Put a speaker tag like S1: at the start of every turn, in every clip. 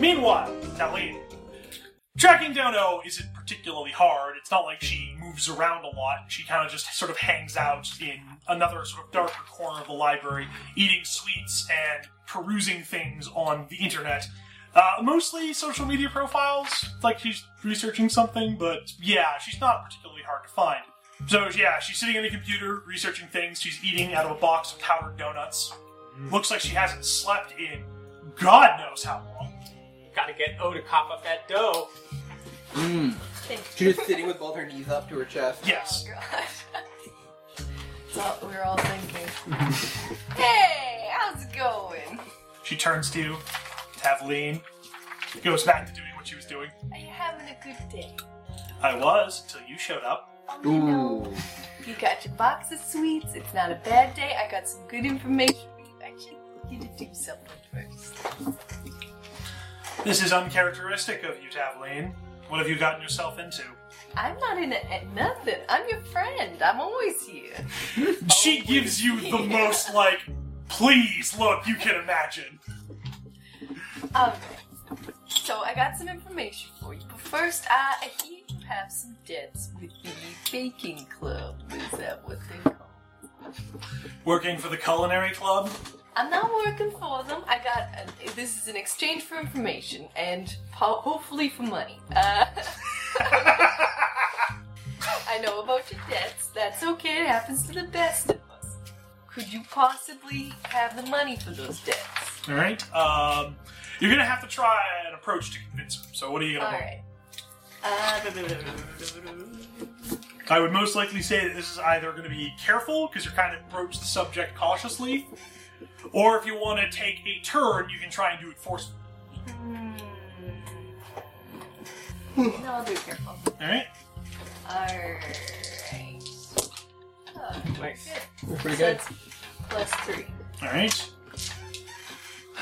S1: Meanwhile, Talia. Tracking down O isn't particularly hard. It's not like she moves around a lot. She kind of just sort of hangs out in another sort of darker corner of the library, eating sweets and perusing things on the internet. Uh, mostly social media profiles, like she's researching something, but yeah, she's not particularly hard to find. So yeah, she's sitting at a computer researching things. She's eating out of a box of powdered donuts. Looks like she hasn't slept in God knows how long.
S2: Gotta get O to cop up that dough.
S3: Mm. She's just sitting with both her knees up to her chest.
S1: Yes.
S4: Oh, God. That's all we were all thinking. hey, how's it going?
S1: She turns to you, Tavleen, goes back to doing what she was doing.
S4: Are you having a good day?
S1: I was until you showed up.
S4: Oh, you know,
S3: Ooh.
S4: You got your box of sweets. It's not a bad day. I got some good information for you. I just need you to do something first.
S1: This is uncharacteristic of you, Tavleen. What have you gotten yourself into?
S4: I'm not in it at nothing. I'm your friend. I'm always here.
S1: She gives you the
S4: Oh, yeah.
S1: most like, please look you can imagine.
S4: Alright. Um, So I got some information for you. But first, I, I hear you have some debts with the baking club. Is that what they call?
S1: Working for the culinary club.
S4: I'm not working for them. I got uh this is an exchange for information and po- hopefully for money. Uh, I know about your debts. That's okay. It happens to the best of us. Could you possibly have the money for those debts?
S1: All right. Um, you're gonna have to try an approach to convince her. So what are you
S4: All
S1: gonna?
S4: right. Uh,
S1: I would most likely say that this is either going to be careful because you're kind of approach the subject cautiously, or if you want to take a turn, you can try and do it forcefully.
S3: Hmm.
S4: no, I'll do it careful.
S1: All right.
S4: All right. Oh,
S2: Nice.
S3: We're pretty
S4: so
S3: good.
S4: that's plus three.
S1: All right.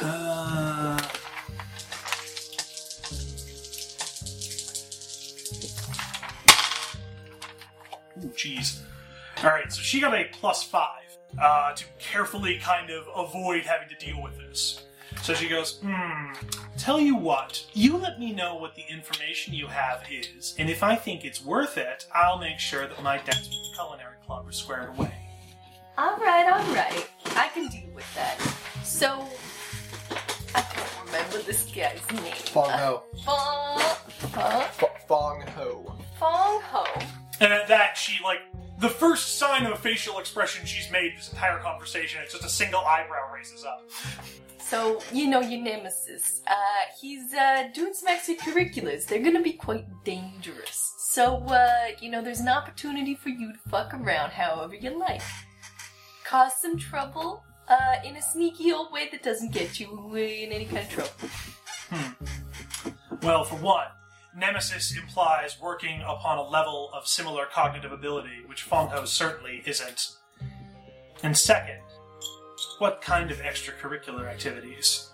S1: Uh, Ooh, jeez. All right, so she got a plus five uh, to carefully kind of avoid having to deal with this. So she goes, hmm, tell you what, you let me know what the information you have is, and if I think it's worth it, I'll make sure that my debts with the culinary club are squared away.
S4: All right, all right. I can deal with that. So, I don't remember this guy's name.
S3: Fong Ho.
S4: Fong, huh?
S3: F- Fong Ho.
S4: Fong Ho.
S1: And at that, she, like, the first sign of a facial expression she's made this entire conversation, it's just a single eyebrow raises up.
S4: So, you know your nemesis. Uh, he's uh, doing some extracurriculars. They're gonna be quite dangerous. So, uh, you know, there's an opportunity for you to fuck around however you like. Cause some trouble uh, in a sneaky old way that doesn't get you in any kind of trouble.
S1: Well, for one, nemesis implies working upon a level of similar cognitive ability, which Fong Ho certainly isn't. And second, what kind of extracurricular activities?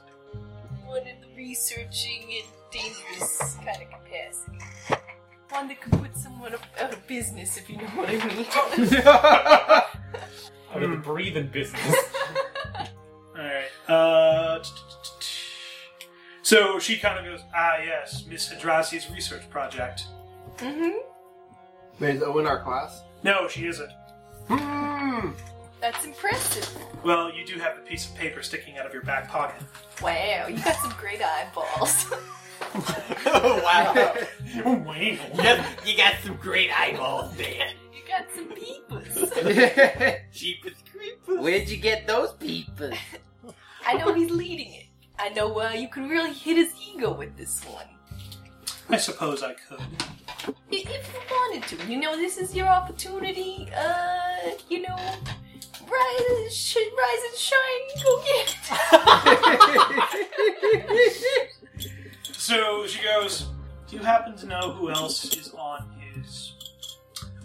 S4: one in the researching and dangerous kind of capacity. One that could put someone up- out of business, if you know what I mean.
S2: Out of the breathing business.
S1: Alright. Uh, t- t- t- t- so she kind of goes, ah, yes, Miss Hadrazi's research project.
S4: mm-hmm.
S3: Wait, is Owen our class?
S1: No, she isn't.
S3: Hmm.
S4: That's impressive.
S1: Well, you do have a piece of paper sticking out of your back pocket.
S4: Wow, you got some great eyeballs.
S2: wow.
S1: Wow.
S2: you got some great eyeballs there.
S4: you got some peepers.
S2: Jeepers creepers.
S3: Where'd you get those people?
S4: I know he's leading it. I know uh, you can really hit his ego with this one.
S1: I suppose I could.
S4: I- If you wanted to, you know, this is your opportunity. Uh, you know, rise, sh- rise and shine. Go get it.
S1: So she goes, Do you happen to know who else is on his.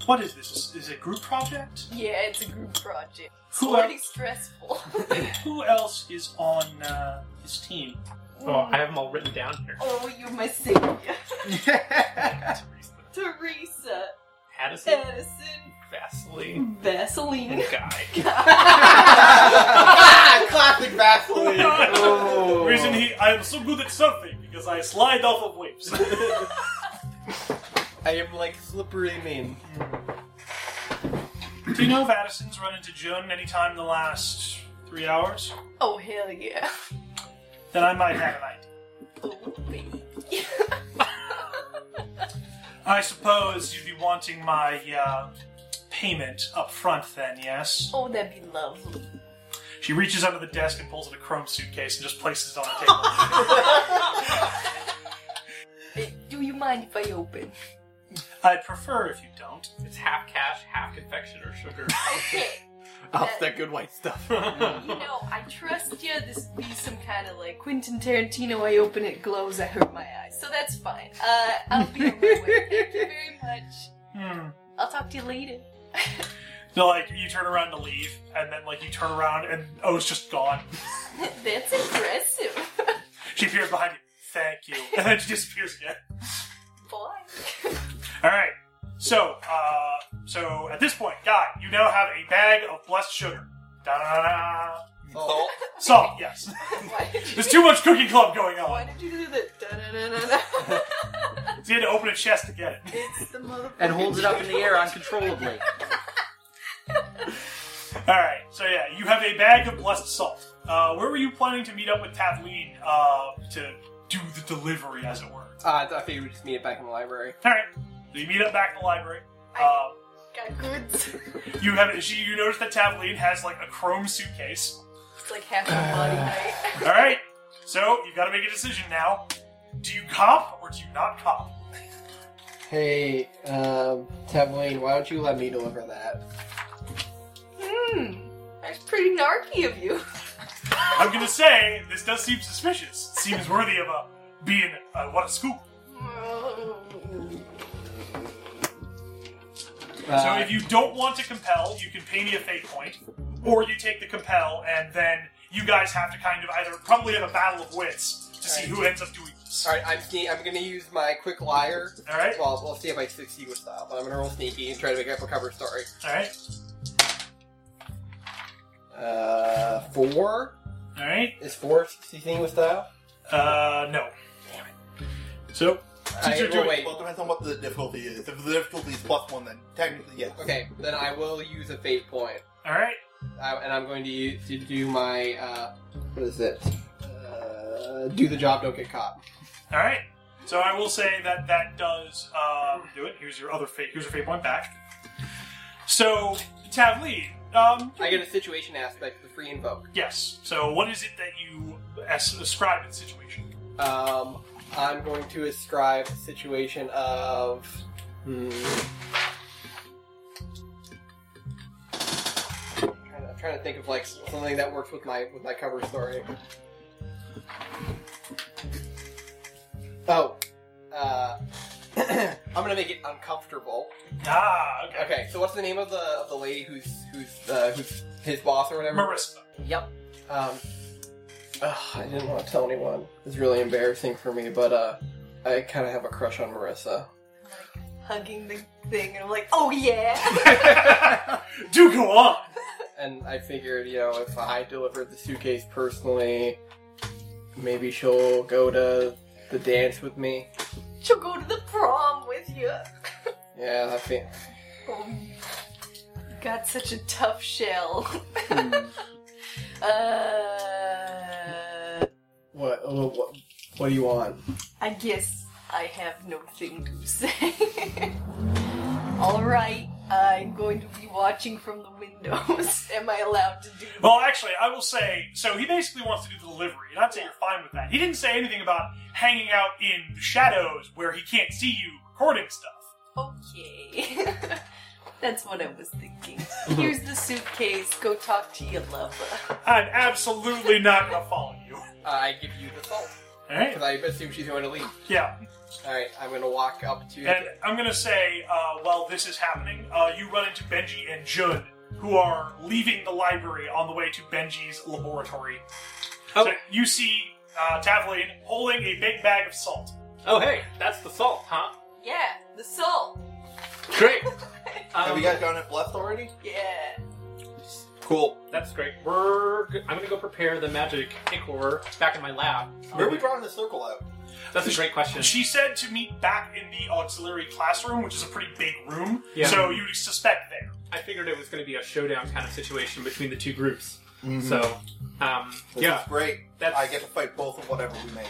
S1: What is this? Is it a group project?
S4: Yeah, it's a group project. It's
S1: Who
S4: pretty stressful.
S1: Who else is on uh, his team?
S2: Oh, I have them all written down here.
S4: oh, you're my savior. Teresa,
S2: Addison,
S4: Edison,
S2: Vasily,
S4: Vaseline.
S2: and Guy.
S4: God.
S3: Classic Vaseline. Oh.
S1: Read reason he, I am so good at surfing because I slide off of waves.
S3: I am like slippery mean.
S1: Do you know if Addison's run into June anytime in the last three hours?
S4: Oh, hell yeah.
S1: Then I might have an idea.
S4: Oh, baby.
S1: I suppose you'd be wanting my uh, payment up front then, yes?
S4: Oh, that'd be lovely.
S1: She reaches under the desk and pulls out a chrome suitcase and just places it on the table.
S4: Uh, Do you mind if I open?
S1: I'd prefer if you don't.
S2: It's half cash, half confection or sugar.
S4: Okay.
S3: Off that good white stuff.
S4: You know, I trust you. This be some kind of like Quentin Tarantino. I open it, glows. I hurt my eyes, so that's fine. Uh, I'll be on my way. Thank you very much.
S1: Hmm.
S4: I'll talk to you later.
S1: So, like, you turn around to leave, and then, like, you turn around and oh, it's just gone.
S4: that's impressive.
S1: She appears behind you. Thank you. And then she disappears again.
S4: Boy.
S1: All right. So, uh, so at this point, Guy, you now have a bag of blessed sugar. Da-da-da-da.
S3: Salt.
S1: Salt, yes.
S4: Why did you,
S1: There's too much cooking club going
S4: why
S1: on.
S4: did you do that? Da-da-da-da-da.
S1: So you had to open a chest to get it.
S4: it's the motherfucker.
S5: and holds it up in the air uncontrollably.
S1: All right. So yeah, you have a bag of blessed salt. Uh, where were you planning to meet up with Kathleen uh, to do the delivery, as it were?
S3: Uh, I thought you would just meet it back in the library.
S1: All right. So you meet up back in the library.
S4: I
S1: Uh,
S4: got goods.
S1: you have she, you notice that Tavleen has like a chrome suitcase.
S4: It's like half your body height.
S1: All right. So you've got to make a decision now. Do you cop or do you not cop?
S3: Hey, um, Tavleen, why don't you let me deliver that?
S4: Hmm. That's pretty narky of you.
S1: I'm gonna say this does seem suspicious. Seems worthy of a being uh, what a scoop. So if you don't want to compel, you can pay me a fate point, or you take the compel, and then you guys have to kind of either probably have a battle of wits to see who ends up doing this.
S3: Alright, I'm, sne- I'm gonna use my quick liar.
S1: All right,
S3: Well, we'll see if I succeed with that, but I'm gonna roll sneaky and try to make up a cover story.
S1: all right,
S3: Uh, four?
S1: all right.
S3: Is four succeeding with style?
S1: Uh, no. So
S3: I,
S1: you're
S3: well,
S1: doing-
S3: wait.
S6: Well, it depends on what the difficulty is. If the difficulty is plus one, then technically, yes.
S3: Okay, then I will use a fate point.
S1: all right,
S3: I, and I'm going to use, to do my, uh, what is it? Uh, do the job, don't get caught.
S1: all right. So I will say that that does um, do it. Here's your other fate. Here's your fate point back. So Tavleen, um,
S3: I get a situation aspect, the free invoke.
S1: yes. So what is it that you as- ascribe in the situation?
S3: Um, I'm going to ascribe a situation of. Hmm, I'm trying to- I'm trying to think of like something that works with my with my cover story. Oh, uh, I'm gonna make it uncomfortable.
S1: Ah, okay.
S3: Okay, so what's the name of the of the lady who's who's uh, who's his boss or whatever?
S1: Marissa.
S5: Yep.
S3: Um, ugh, I didn't want to tell anyone. It's really embarrassing for me, but uh, I kind of have a crush on Marissa.
S4: Hugging the thing, and I'm like, oh yeah.
S1: Do go on.
S3: And I figured, you know, if I delivered the suitcase personally, maybe she'll go to the dance with me.
S4: She'll go to the prom with you.
S3: Yeah, I think.
S4: Oh, you got such a tough shell.
S5: Hmm.
S4: uh,
S3: What, oh, what? What do you want?
S4: I guess I have nothing to say. All right, I'm going to be watching from the windows. Am I allowed to do?
S1: Well, actually, I will say so. He basically wants to do the delivery, and I'd say you're fine with that. He didn't say anything about hanging out in the shadows where he can't see you recording stuff.
S4: Okay. That's what I was thinking. Here's the suitcase. Go talk to your lover.
S1: I'm absolutely not gonna follow you.
S3: I give you the salt
S1: All right?
S3: because I assume she's going to leave.
S1: Yeah,
S3: All right, I'm going to walk up to.
S1: and I'm gonna say uh, while this is happening, uh, you run into Benji and Jun, who are leaving the library on the way to Benji's laboratory.
S2: Oh.
S1: So you see uh, Tavlin holding a big bag of salt.
S2: Oh, hey, that's the salt, huh?
S4: Yeah, the salt.
S2: Great.
S6: Have
S2: Um,
S6: you guys gotten it blessed already?
S4: Yeah.
S6: Cool.
S2: That's great. We're. G- I'm gonna go prepare the magic ichor back in my lab.
S6: Where are we drawing the circle out?
S2: That's a great question.
S1: She said to meet back in the auxiliary classroom, which is a pretty big room.
S2: Yeah.
S1: So you'd suspect there.
S2: I figured it was gonna be a showdown kind of situation between the two groups. So, um,
S6: This
S2: yeah,
S6: Mm-hmm. is great.
S2: That's-
S6: I get to fight both of whatever we make.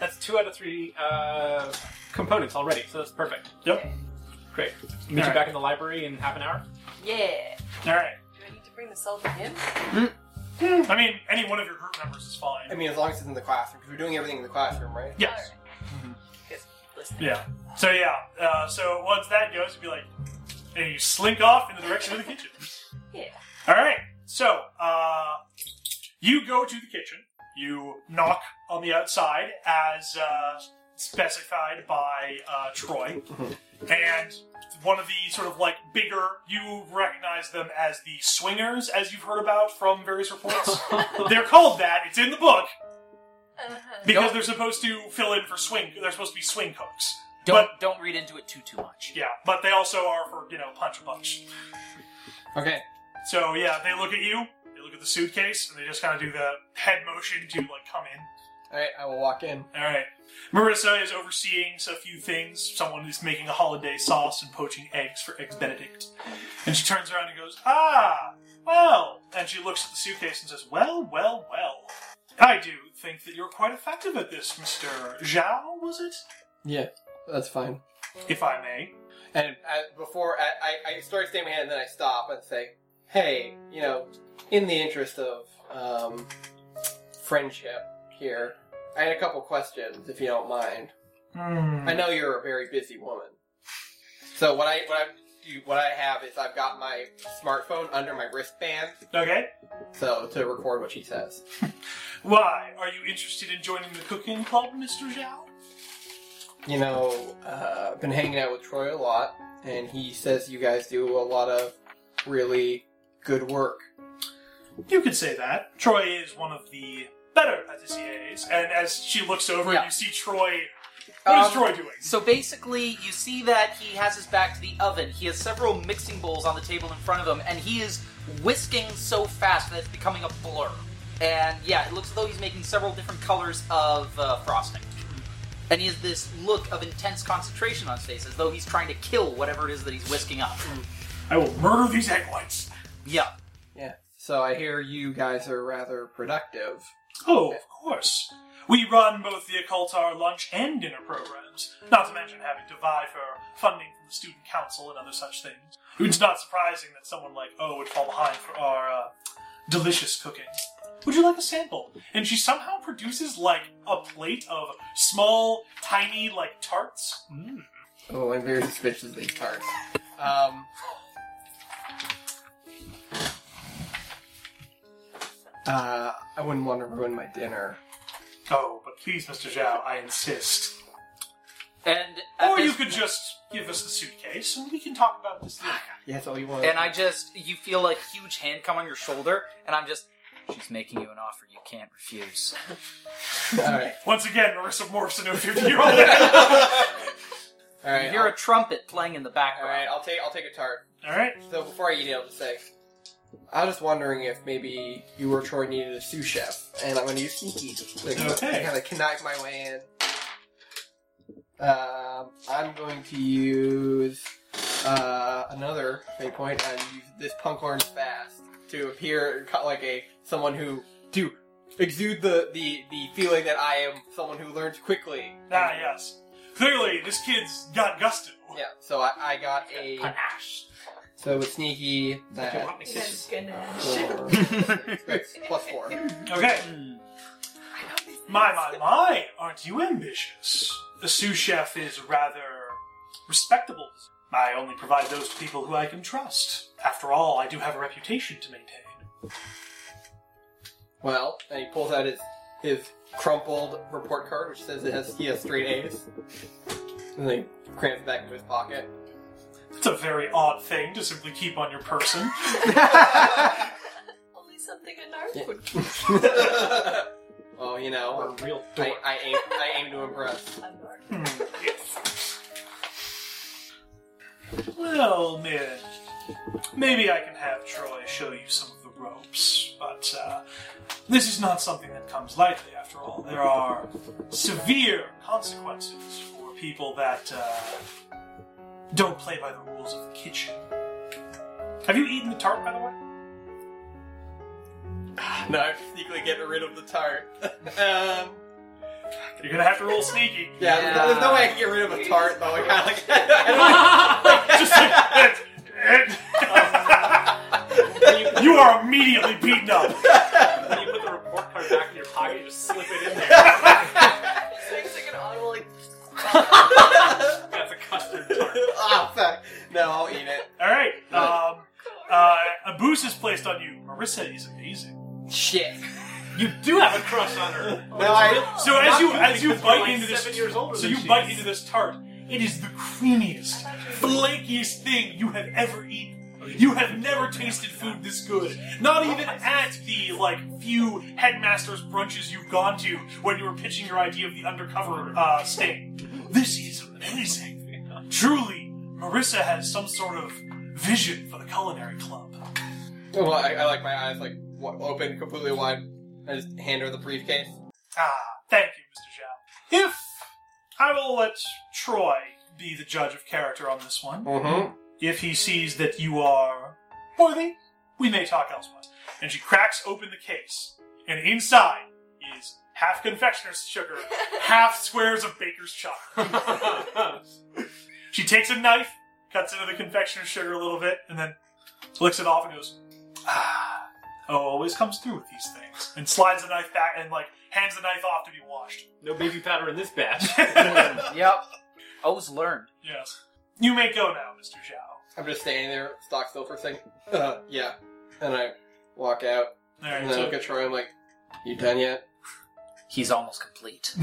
S2: that's two out of three uh, components already. So that's perfect.
S1: Yep.
S2: Great. Meet you
S1: Alright.
S2: back in the library in half an hour.
S4: Yeah.
S1: All right.
S4: Do I need to bring this all to him?
S1: I mean, any one of your group members is fine.
S3: I mean, as long as it's in the classroom, because we're doing everything in the classroom, right?
S1: yes. Mm-hmm.
S4: Good. Listen.
S1: Yeah. So yeah. Uh, so once that goes, you'd be like, and you slink off in the direction of the kitchen.
S4: Yeah.
S1: All right. So uh, you go to the kitchen. You knock on the outside as uh, specified by uh, Troy, and one of the sort of like bigger. You recognize them as the swingers, as you've heard about from various reports. They're called that. It's in the book
S4: Uh-huh.
S1: because they're supposed to fill in for swing. They're supposed to be swing cooks.
S5: Don't don't read into it too too much.
S1: Yeah, but they also are for, you know, punch a punch.
S3: Okay.
S1: So yeah, they look at you, they look at the suitcase, and they just kind of do the head motion to like come in.
S3: All right, I will walk in.
S1: All right. Marissa is overseeing a few things. Someone is making a holiday sauce and poaching eggs for eggs Benedict. And she turns around and goes, "Ah, well." And she looks at the suitcase and says, "Well, well, well. I do think that you're quite effective at this, Mister Zhao. Was it,
S3: Yeah, that's fine.
S1: if I may?"
S3: And I, before I, I, I start staying my hand, then I stop and say, "Hey, you know, in the interest of um, friendship here, I had a couple questions, if you don't mind.
S1: Hmm.
S3: I know you're a very busy woman, so what I what I do- what I have is I've got my smartphone under my wristband,
S1: Okay.
S3: so to record what she says.
S1: Why are you interested in joining the cooking club, Mister Zhao?
S3: You know, uh, I've been hanging out with Troy a lot, and he says you guys do a lot of really good work.
S1: You could say that. Troy is one of the better patissiers, and as she looks over,
S5: Yeah.
S1: you see Troy. What is
S5: Um,
S1: Troy doing?
S5: So basically, you see that he has his back to the oven. He has several mixing bowls on the table in front of him, and he is whisking so fast that it's becoming a blur. And yeah, it looks as though he's making several different colors of uh, frosting. And he has this look of intense concentration on his face, as though he's trying to kill whatever it is that he's whisking up.
S1: I will murder these egg whites.
S5: Yeah.
S3: Yeah. So I hear you guys are rather productive.
S1: Oh, of course. We run both the occultar lunch and dinner programs, not to mention having to vie for funding from the student council and other such things. It's not surprising that someone like O would fall behind for our uh, delicious cooking. Would you like a sample? And she somehow produces like a plate of small, tiny, like tarts.
S3: Oh, I'm very suspicious of these cards. Um, uh, I wouldn't want to ruin my dinner.
S1: Oh, but please, Mr. Zhao, I insist.
S5: And at
S1: Or you
S5: this-
S1: could just give us the suitcase and we can talk about this
S5: Ah,
S1: later.
S3: Yes, all you want.
S5: and I just you feel a huge hand come on your shoulder, and I'm just she's making you an offer you can't refuse.
S3: all right,
S1: Once again, Marissa morphs into a 50 year old.
S3: all right.
S5: You hear
S3: I'll-
S5: a trumpet playing in the
S3: all right,
S5: background.
S3: I'll take I'll take a tart.
S1: Alright.
S3: So before I eat it, I'll just say, I was wondering if maybe you or Troy needed a sous chef, and I'm going to use sneaky to
S1: Okay.
S3: kind of connive my way in. Um, I'm going to use uh, another fate point and use this punkhorn fast to appear co- like a someone who to exude the, the, the feeling that I am someone who learns quickly.
S1: Ah, yes. Clearly, this kid's got gusto.
S3: Yeah. So I, I got a
S2: Panache.
S3: so with sneaky
S2: If you
S3: that
S2: want me to-
S3: four, six, plus four.
S1: Okay.
S5: Hmm.
S1: My, my, my, aren't you ambitious? The sous chef is rather respectable. I only provide those to people who I can trust. After all, I do have a reputation to maintain.
S3: Well, and he pulls out his his crumpled report card, which says it has he has straight A's. And then he crams it back into his pocket.
S1: It's a very odd thing to simply keep on your person.
S4: Only something a narc would
S3: well, you know,
S2: Or a real
S3: I,
S2: dork.
S3: I aim I aim to impress.
S4: a narc.
S1: Well, Miss Maybe I can have Troy show you some of the ropes, but uh, this is not something that comes lightly, after all. There are severe consequences for people that uh, don't play by the rules of the kitchen. Have you eaten the tart, by the way?
S3: No, I'm sneakily getting rid of the tart. um,
S1: You're gonna have to roll sneaky.
S3: yeah, There's, no, there's no way I can get rid of a tart though. I kinda like, I
S1: Just like that. you are immediately beaten up.
S2: When you put the report card back in your pocket, you just slip it in there.
S4: like an audible, like,
S2: That's a custard
S3: don't-
S2: tart.
S3: ah, fuck. No, I'll eat it.
S1: All right. Um, uh, a boost is placed on you. Marissa is amazing.
S5: Shit.
S2: You do have a crush on her.
S3: No, I.
S1: So as you
S2: Not
S1: as you
S2: because you're
S1: bite
S2: like
S1: into this,
S2: seven years older
S1: so
S2: than
S1: you
S2: she
S1: bite
S2: is.
S1: into this tart, it is the creamiest, flakiest thing you have ever eaten. You have never tasted food this good. Not even at the like few headmasters brunches you've gone to when you were pitching your idea of the undercover uh, sting. This is amazing. Truly, Marissa has some sort of vision for the culinary club.
S3: Well, I, I like my eyes like wa- open completely wide. I just hand her the briefcase.
S1: Ah, thank you, Mr. Zhao. If I will let Troy be the judge of character on this one,
S3: Mm-hmm.
S1: if he sees that you are worthy, we may talk elsewhere. And she cracks open the case, and inside is half confectioner's sugar, half squares of baker's chocolate. she takes a knife, cuts into the confectioner's sugar a little bit, and then licks it off and goes, "Ah, oh, always comes through with these things." And slides the knife back and like hands the knife off to be washed.
S2: No baby powder in this batch.
S5: Yep. Always learn.
S1: Yes, you may go now, Mister Zhao.
S3: I'm just standing there, stock still for a second. Uh, yeah. And I walk out,
S1: All right,
S3: and then I
S1: so-
S3: look at Troy. I'm like, "You done yet?"
S5: He's almost complete.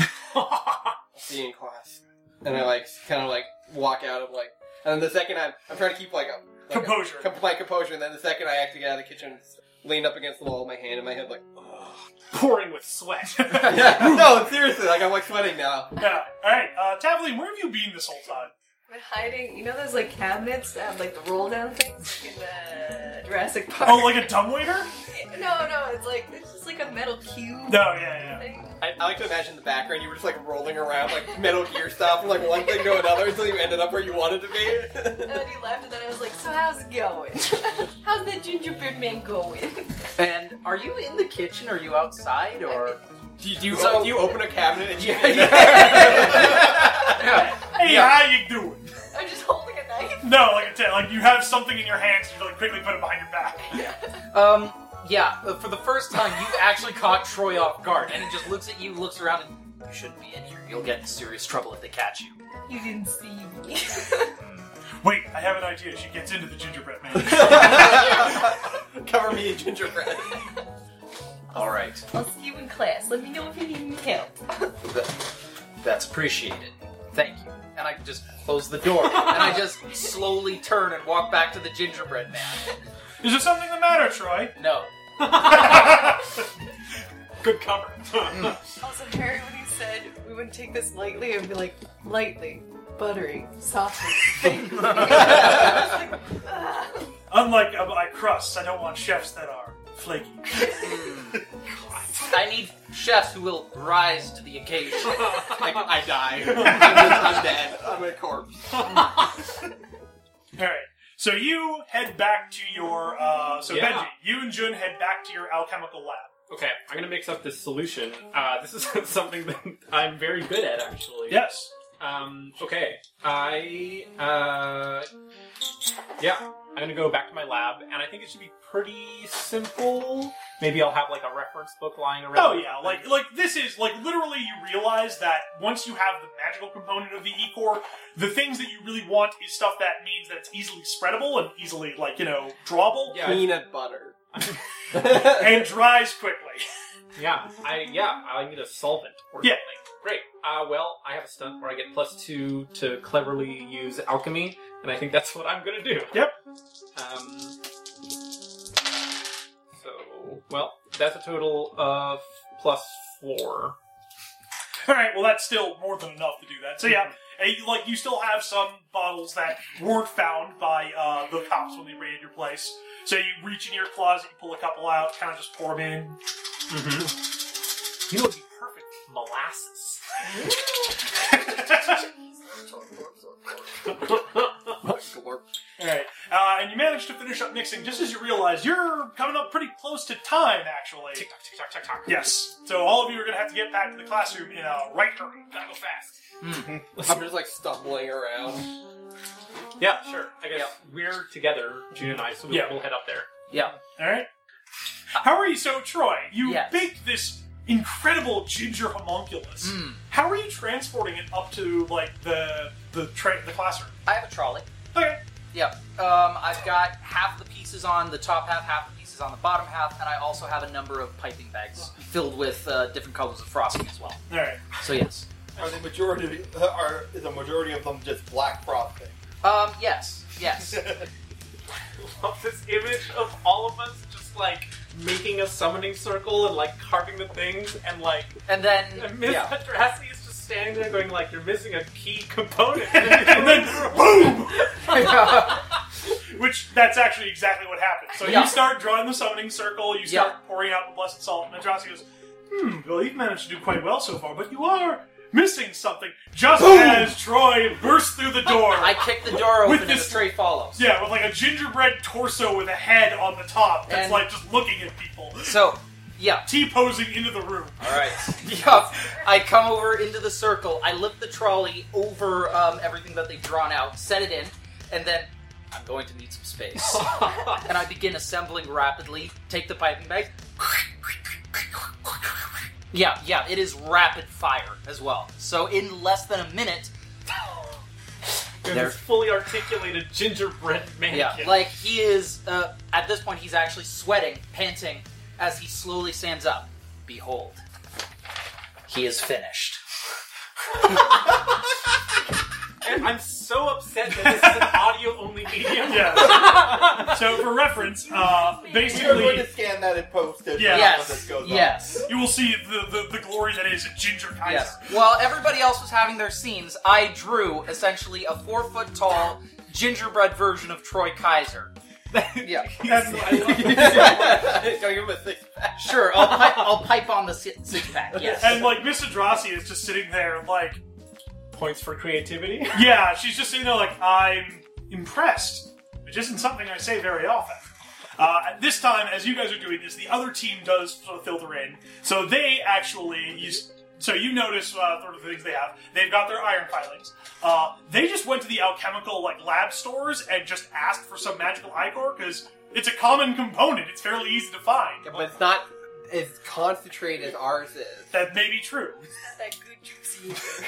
S3: See you in class. And I like kind of like walk out of like. And then the second I'm, I'm trying to keep like a like a-
S1: Composure.
S3: com- my composure. And then the second I actually get out of the kitchen, leaned up against the wall, my hand in my head, like.
S2: Pouring with sweat.
S3: yeah, no, seriously, like I'm like sweating now.
S1: Yeah. All right, uh, Tavlin, where have you been this whole time?
S4: We're hiding. You know those like cabinets that have like the roll down things like in the Jurassic Park.
S1: Oh, like a dumbwaiter?
S4: no, no, it's like it's just like a metal cube
S1: No, yeah, yeah.
S4: thing.
S3: I, I like to imagine the background. You were just like rolling around like Metal Gear stuff, from like one thing to another until you ended up where you wanted to
S4: And
S3: be.
S4: then he left, and then I was like, "So how's it going? how's that gingerbread man going?"
S5: And are you in the kitchen? Are you outside? Or
S3: do, you, do, you,
S5: So-
S3: do you open a cabinet and you?
S1: Hey,
S5: Yeah.
S1: how you doing?
S4: I'm just holding a knife.
S1: No, like a ta- like you have something in your hands, you like quickly put it behind your back.
S5: um, yeah. uh, For the first time, you've actually caught Troy off guard, and he just looks at you, looks around, and you shouldn't be in here. You'll get in serious trouble if they catch you.
S4: You didn't see me.
S1: Wait, I have an idea. She gets into the gingerbread man.
S3: Cover me in gingerbread.
S5: All right,
S4: I'll see you in class. Let me know if you need any help.
S5: that's appreciated. Thank you. And I just close the door, and I just slowly turn and walk back to the gingerbread man.
S1: Is there something the matter, Troy?
S5: No,
S2: Good cover.
S4: Also, Harry, when he said we wouldn't take this lightly, I'd be like, lightly, buttery, softly. thank you." I was like, "Ah."
S1: Unlike uh, my crusts, I don't want chefs that are flaky.
S5: I need chefs who will rise to the occasion.
S3: Like I die. I'm, just, I'm dead. I'm a corpse.
S1: All right. So you head back to your uh, so
S2: Yeah.
S1: Benji, you and Jun head back to your alchemical lab.
S2: Okay, I'm gonna mix up this solution. Uh, this is something that I'm very good at, actually.
S1: Yes.
S2: Um, okay. I, uh, yeah. I'm gonna go back to my lab, and I think it should be pretty simple. Maybe I'll have, like, a reference book lying around.
S1: Oh yeah, like like this is like literally you realize that once you have the magical component of the E core, the things that you really want is stuff that means that it's easily spreadable and easily like, you know, drawable
S2: Yeah,
S3: Peanut butter.
S1: and dries quickly.
S2: yeah, I, yeah, I need a solvent or
S1: Yeah.
S2: something. Great. Uh, well, I have a stunt where I get plus two to cleverly use alchemy, and I think that's what I'm gonna do.
S1: Yep.
S2: Um, so, well, that's a total of plus four.
S1: All right, well that's still more than enough to do that. So yeah, And, like you still have some bottles that weren't found by uh, the cops when they raided your place. So you reach into your closet, you pull a couple out, kind of just pour them in.
S2: Mm-hmm. You know, it'd be perfect molasses.
S3: Glorp.
S1: All right, uh, and you manage to finish up mixing just as you realize you're coming up pretty close to time, actually.
S2: Tick tock, tick tock, tick tock.
S1: Yes. So all of you are going to have to get back to the classroom in a right hurry.
S2: Gotta go fast.
S3: I'm just like stumbling around.
S2: Yeah, sure. I guess we're together, June and I, so we
S1: Yeah.
S2: will head up there.
S5: Yeah.
S1: All right. How are you? So Troy, you
S5: Yes.
S1: baked this incredible ginger homunculus.
S5: Mm.
S1: How are you transporting it up to like the the tra- the classroom?
S5: I have a trolley.
S1: Okay.
S5: Yep. Um, I've got half the pieces on the top half, half the pieces on the bottom half, and I also have a number of piping bags filled with uh, different colors of frosting as well.
S1: All right.
S5: So yes.
S6: Are the majority of, are the majority of them just black frosting?
S5: Um, yes. Yes.
S2: Love this image of all of us just like making a summoning circle and like carving the things and like
S5: And then
S2: and Miss
S5: yeah.
S2: Petrassi is just standing there going like you're missing a key component.
S1: and then boom, which that's actually exactly what happened. So
S5: Yeah.
S1: you start drawing the summoning circle. You start pouring out the blessed salt, and Madrassi goes, "Hmm, well, you've managed to do quite well so far, but you are." Missing something just as Troy bursts through the door.
S5: I kick the door open
S1: With
S5: and the
S1: this-
S5: tray follows.
S1: Yeah, with like a gingerbread torso with a head on the top that's
S5: And-
S1: like just looking at people,
S5: So yeah.
S1: T posing into the room.
S5: All right. Yup. I come over into the circle. I lift the trolley over um, everything that they've drawn out, set it in, and then I'm going to need some space. and I begin assembling rapidly. Take the piping bags. Yeah, yeah, it is rapid fire as well. So in less than a minute,
S2: There's
S5: There.
S2: this fully articulated gingerbread mannequin.
S5: yeah, like he is uh, at this point, he's actually sweating, panting as he slowly stands up. Behold, he is finished.
S2: And I'm so upset that this is an audio only medium.
S1: Yeah. so for reference, uh,
S6: We are going
S1: basically
S6: to scan that and post it.
S1: Yeah.
S6: Yes.
S5: yes,
S6: goes on.
S5: yes.
S1: you will see the, the, the glory that is Ginger Kaiser.
S5: Yes. While everybody else was having their scenes, I drew essentially a four foot tall gingerbread version of Troy Kaiser.
S3: Yeah.
S1: And-
S3: Don't give him a six pack.
S5: Sure, I'll pipe, I'll pipe on the si- six pack. Yes.
S1: And like Miss Adrassi is just sitting there, like,
S2: Points for creativity.
S1: yeah, she's just sitting there, like, I'm impressed, which isn't something I say very often. Uh, at this time, as you guys are doing this, the other team does sort of filter in. So they actually, you, s- so you notice uh, sort of the things they have. They've got their iron filings. Uh, they just went to the alchemical like lab stores and just asked for some magical ichor because it's a common component. It's fairly easy to find.
S3: Yeah, but it's not as concentrated as ours is.
S1: That may be true.
S4: that good juicy.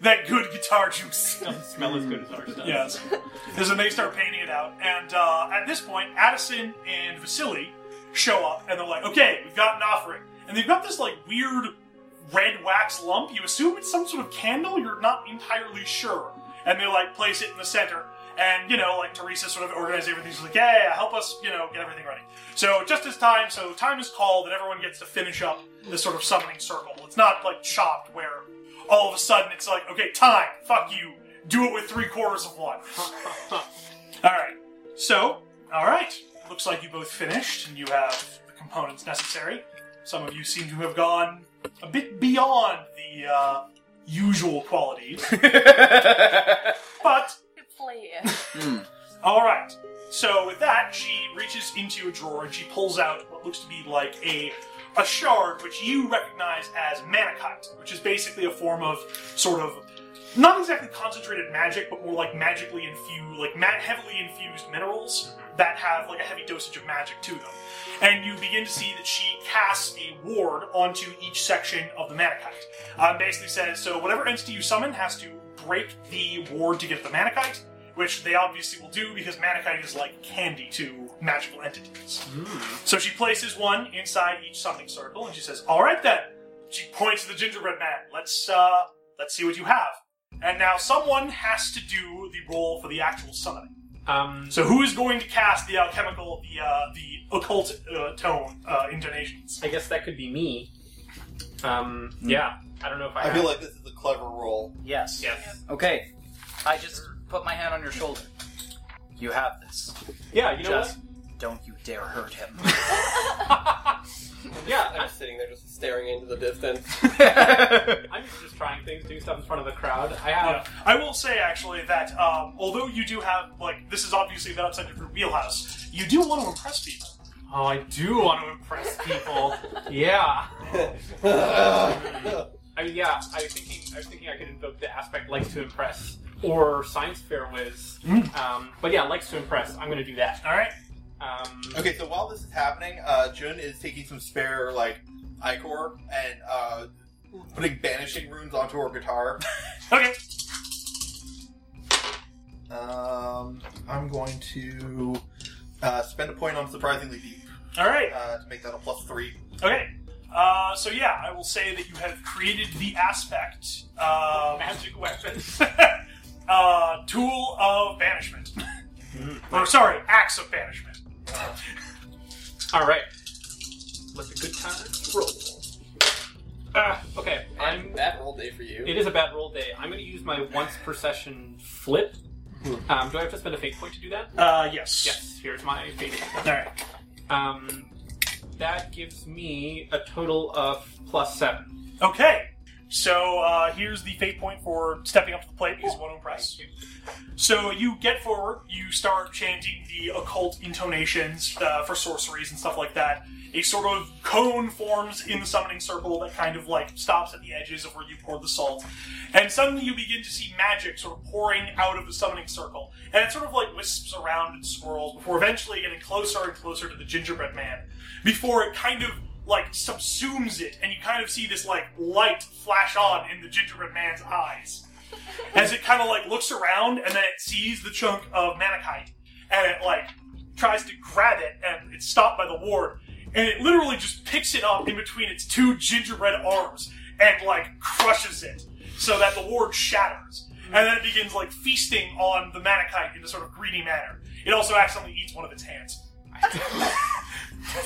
S1: That good guitar juice.
S2: Doesn't smell as good as ours does.
S1: Yes. Because then they start painting it out. And uh, at this point, Addison and Vasily show up and they're like, okay, we've got an offering. And they've got this like weird red wax lump. You assume it's some sort of candle, you're not entirely sure. And they like place it in the center. And, you know, like Teresa sort of organizes everything. She's like, yeah, yeah, yeah, help us, you know, get everything ready. So just as time, so time is called and everyone gets to finish up this sort of summoning circle. It's not like chopped where all of a sudden it's like, okay, time, fuck you, do it with three quarters of one. all right. So, all right. Looks like you both finished and you have the components necessary. Some of you seem to have gone a bit beyond the uh, usual qualities, but
S4: Player.
S1: all right. So with that, she reaches into a drawer and she pulls out what looks to be like a a shard, which you recognize as manakite, which is basically a form of sort of not exactly concentrated magic, but more like magically infused, like ma- heavily infused minerals that have like a heavy dosage of magic to them. And you begin to see that she casts a ward onto each section of the manakite. Um, basically says so whatever entity you summon has to break the ward to get the manakite, which they obviously will do because manakite is like candy to magical entities. So she places one inside each summoning circle, and she says, "All right then." She points to the gingerbread man. Let's uh, let's see what you have. And now someone has to do the role for the actual summoning.
S2: Um,
S1: So who is going to cast the alchemical, the uh, the occult uh, tone uh, intonations?
S2: I guess that could be me. Um, yeah. I don't know if I,
S6: I
S2: have-
S6: feel like this is a clever roll.
S5: Yes.
S2: Yes.
S5: Okay. I just put my hand on your shoulder. You have this.
S2: Yeah, you know
S5: just don't you dare hurt him.
S2: what? Yeah,
S3: I'm just sitting there, just staring into the distance.
S2: I'm, I'm just trying things, doing stuff in front of the crowd. I
S1: Yeah.
S2: have.
S1: I will say actually that um, although you do have like this is obviously an upside different wheelhouse, you do want to impress people.
S2: Oh, I do want to impress people. yeah. I mean, yeah. I was thinking. I was thinking I could invoke the aspect likes to impress or science fair whiz. Um, but yeah, likes to impress. I'm gonna do that.
S1: All right.
S2: Um,
S6: Okay, so while this is happening, uh, Jun is taking some spare like ichor and uh, putting banishing runes onto her guitar.
S1: Okay.
S6: Um, I'm going to uh, spend a point on surprisingly deep
S1: All right.
S6: uh, to make that a plus three.
S1: Okay. Uh, so yeah, I will say that you have created the aspect uh,
S2: Magic weapons.
S1: uh, tool of banishment. or sorry, axe of banishment.
S2: All right. Let the good times roll. Ah, okay. I'm.
S3: Bad roll day for you.
S2: It is a bad roll day. I'm gonna use my once per session flip. Um, do I have to spend a fate point to do that?
S1: Uh, yes.
S2: Yes. Here's my fate.
S1: All right.
S2: Um, that gives me a total of plus seven.
S1: Okay. So uh, here's the fate point for stepping up to the plate because one impress. So you get forward, you start chanting the occult intonations uh, for sorceries and stuff like that. A sort of cone forms in the summoning circle that kind of like stops at the edges of where you poured the salt. And suddenly you begin to see magic sort of pouring out of the summoning circle. And it sort of like wisps around and swirls before eventually getting closer and closer to the gingerbread man. Before it kind of like subsumes it and you kind of see this like light flash on in the gingerbread man's eyes as it kind of like looks around and then it sees the chunk of manakite and it like tries to grab it and it's stopped by the ward and it literally just picks it up in between its two gingerbread arms and like crushes it so that the ward shatters and then it begins like feasting on the manakite in a sort of greedy manner it also accidentally eats one of its hands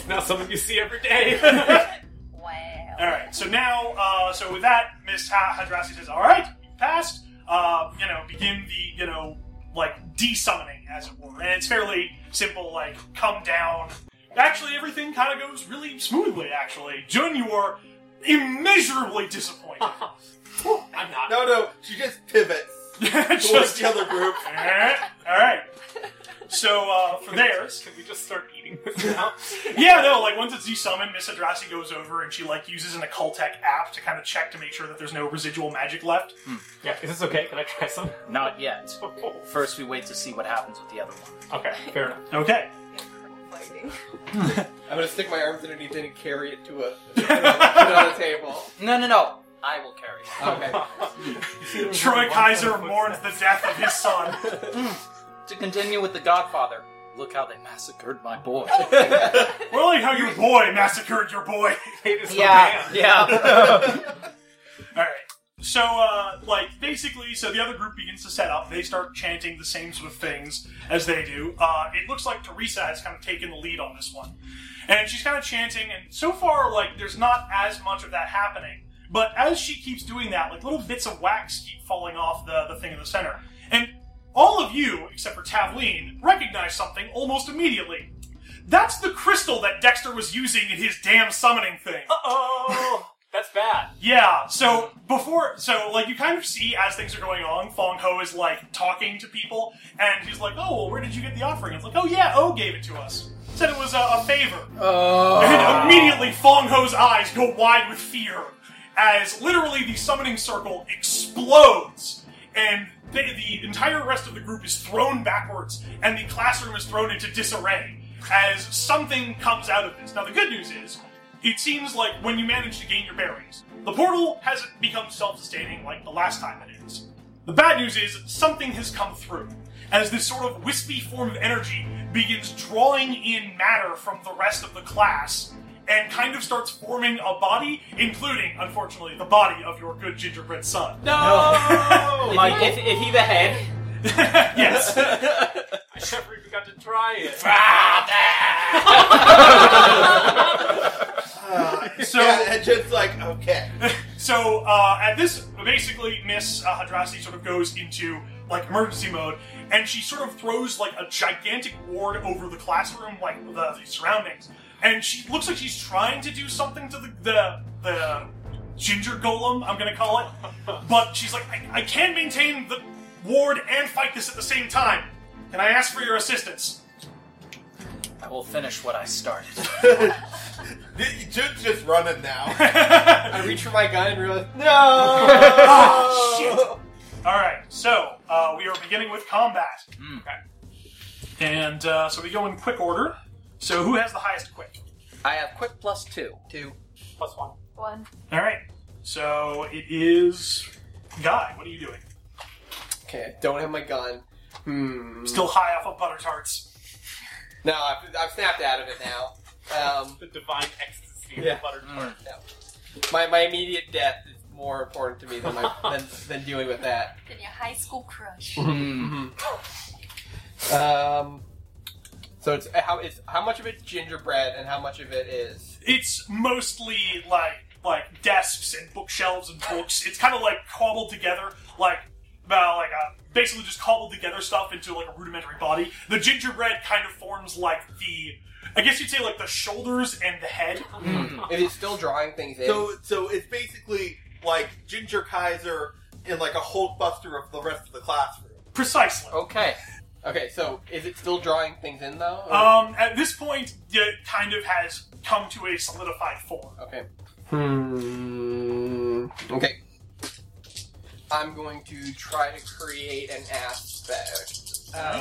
S2: Not something you see every day.
S4: Wow.
S1: All right. So now, uh, so with that, Miss Ha- Hadrasi says, "All right, you passed. Uh, you know, begin the you know like de-summoning, as it were." And it's fairly simple. Like, come down. Actually, everything kind of goes really smoothly. Actually, Jun, you are immeasurably disappointed.
S2: I'm not.
S6: No, no, she just pivots towards
S1: Just Eh?
S6: the other group.
S1: all right. So uh, for theirs,
S2: Can we just start eating this now?
S1: Yeah, no, like once it's desummoned, Miss Adrasi goes over and she like uses an occult tech app to kind of check to make sure that there's no residual magic left.
S2: yeah. Is this okay? Can I try some?
S5: Not yet. First, we wait to see what happens with the other one.
S2: okay. Fair enough.
S1: Okay.
S4: Fighting.
S3: I'm gonna stick my arms underneath it and carry it to a put it on a table.
S5: No, no, no. I will carry it.
S3: Okay.
S1: Troy Kaiser mourns the death of his son.
S5: To continue with the Godfather, look how they massacred my boy.
S1: Really, how your boy massacred your boy.
S2: It is
S5: yeah, yeah.
S1: All right. So, uh, like, basically, so the other group begins to set up. They start chanting the same sort of things as they do. Uh, it looks like Teresa has kind of taken the lead on this one. And she's kind of chanting, and so far, like, there's not as much of that happening. But as she keeps doing that, like, little bits of wax keep falling off the, the thing in the center. And all of you, except for Tavleen, recognize something almost immediately. That's the crystal that Dexter was using in his damn summoning thing.
S2: Oh, that's bad.
S1: Yeah, so before, so like you kind of see as things are going on, Fong Ho is like talking to people, and he's like, "Oh, well, where did you get the offering?" It's like, "Oh yeah, O gave it to us. Said it was a, a favor." And immediately, Fong Ho's eyes go wide with fear as literally the summoning circle explodes, and the, the entire rest of the group is thrown backwards, and the classroom is thrown into disarray as something comes out of this. Now, the good news is, it seems like when you manage to gain your bearings, the portal hasn't become self sustaining like the last time it is. The bad news is something has come through, as this sort of wispy form of energy begins drawing in matter from the rest of the class and kind of starts forming a body, including, unfortunately, the body of your good gingerbread son.
S2: No.
S5: Like, if, if he the head.
S1: yes.
S2: I never even got to try it.
S1: Uh,
S6: So yeah, and Jun's like, okay.
S1: So uh, at this, basically, Miss uh, Hadrasi sort of goes into like emergency mode, and she sort of throws like a gigantic ward over the classroom, like the, the surroundings, and she looks like she's trying to do something to the the, the ginger golem. I'm gonna call it, but she's like, I, I can maintain the ward and fight this at the same time. Can I ask for your assistance?
S5: I will finish what I started.
S6: Just, just run it now.
S3: I reach for my gun and realize, no! ah,
S1: All right, so uh, we are beginning with combat.
S5: Mm.
S1: Okay. And uh, so we go in quick order. So who has the highest quick?
S5: I have quick plus two.
S3: Two.
S2: Plus one.
S4: One.
S1: All right. So it is Guy. What are you doing?
S3: Okay, I don't have my gun. Hmm.
S1: Still high off of butter tarts.
S3: No, I've, I've snapped out of it now. Um,
S2: The divine ecstasy
S3: Yeah.
S2: of butter.
S5: Mm.
S3: my, my immediate death is more important to me than, my, than, than dealing with that.
S4: Then your high school crush.
S5: Mm.
S3: Um, so it's how it's how much of it's gingerbread and how much of it is
S1: It's mostly like like desks and bookshelves and books. It's kind of like cobbled together, like about like a, basically just cobbled together stuff into like a rudimentary body. The gingerbread kind of forms like the, I guess you'd say like the shoulders and the head.
S3: It is still drawing things in.
S6: So, so it's basically like Ginger Kaiser in like a Hulkbuster of the rest of the classroom.
S1: Precisely.
S5: Okay.
S3: okay, so is it still drawing things in though? Or-
S1: Um, at this point, it kind of has come to a solidified form.
S3: okay. Hmm. Okay. I'm going to try to create an aspect. Um.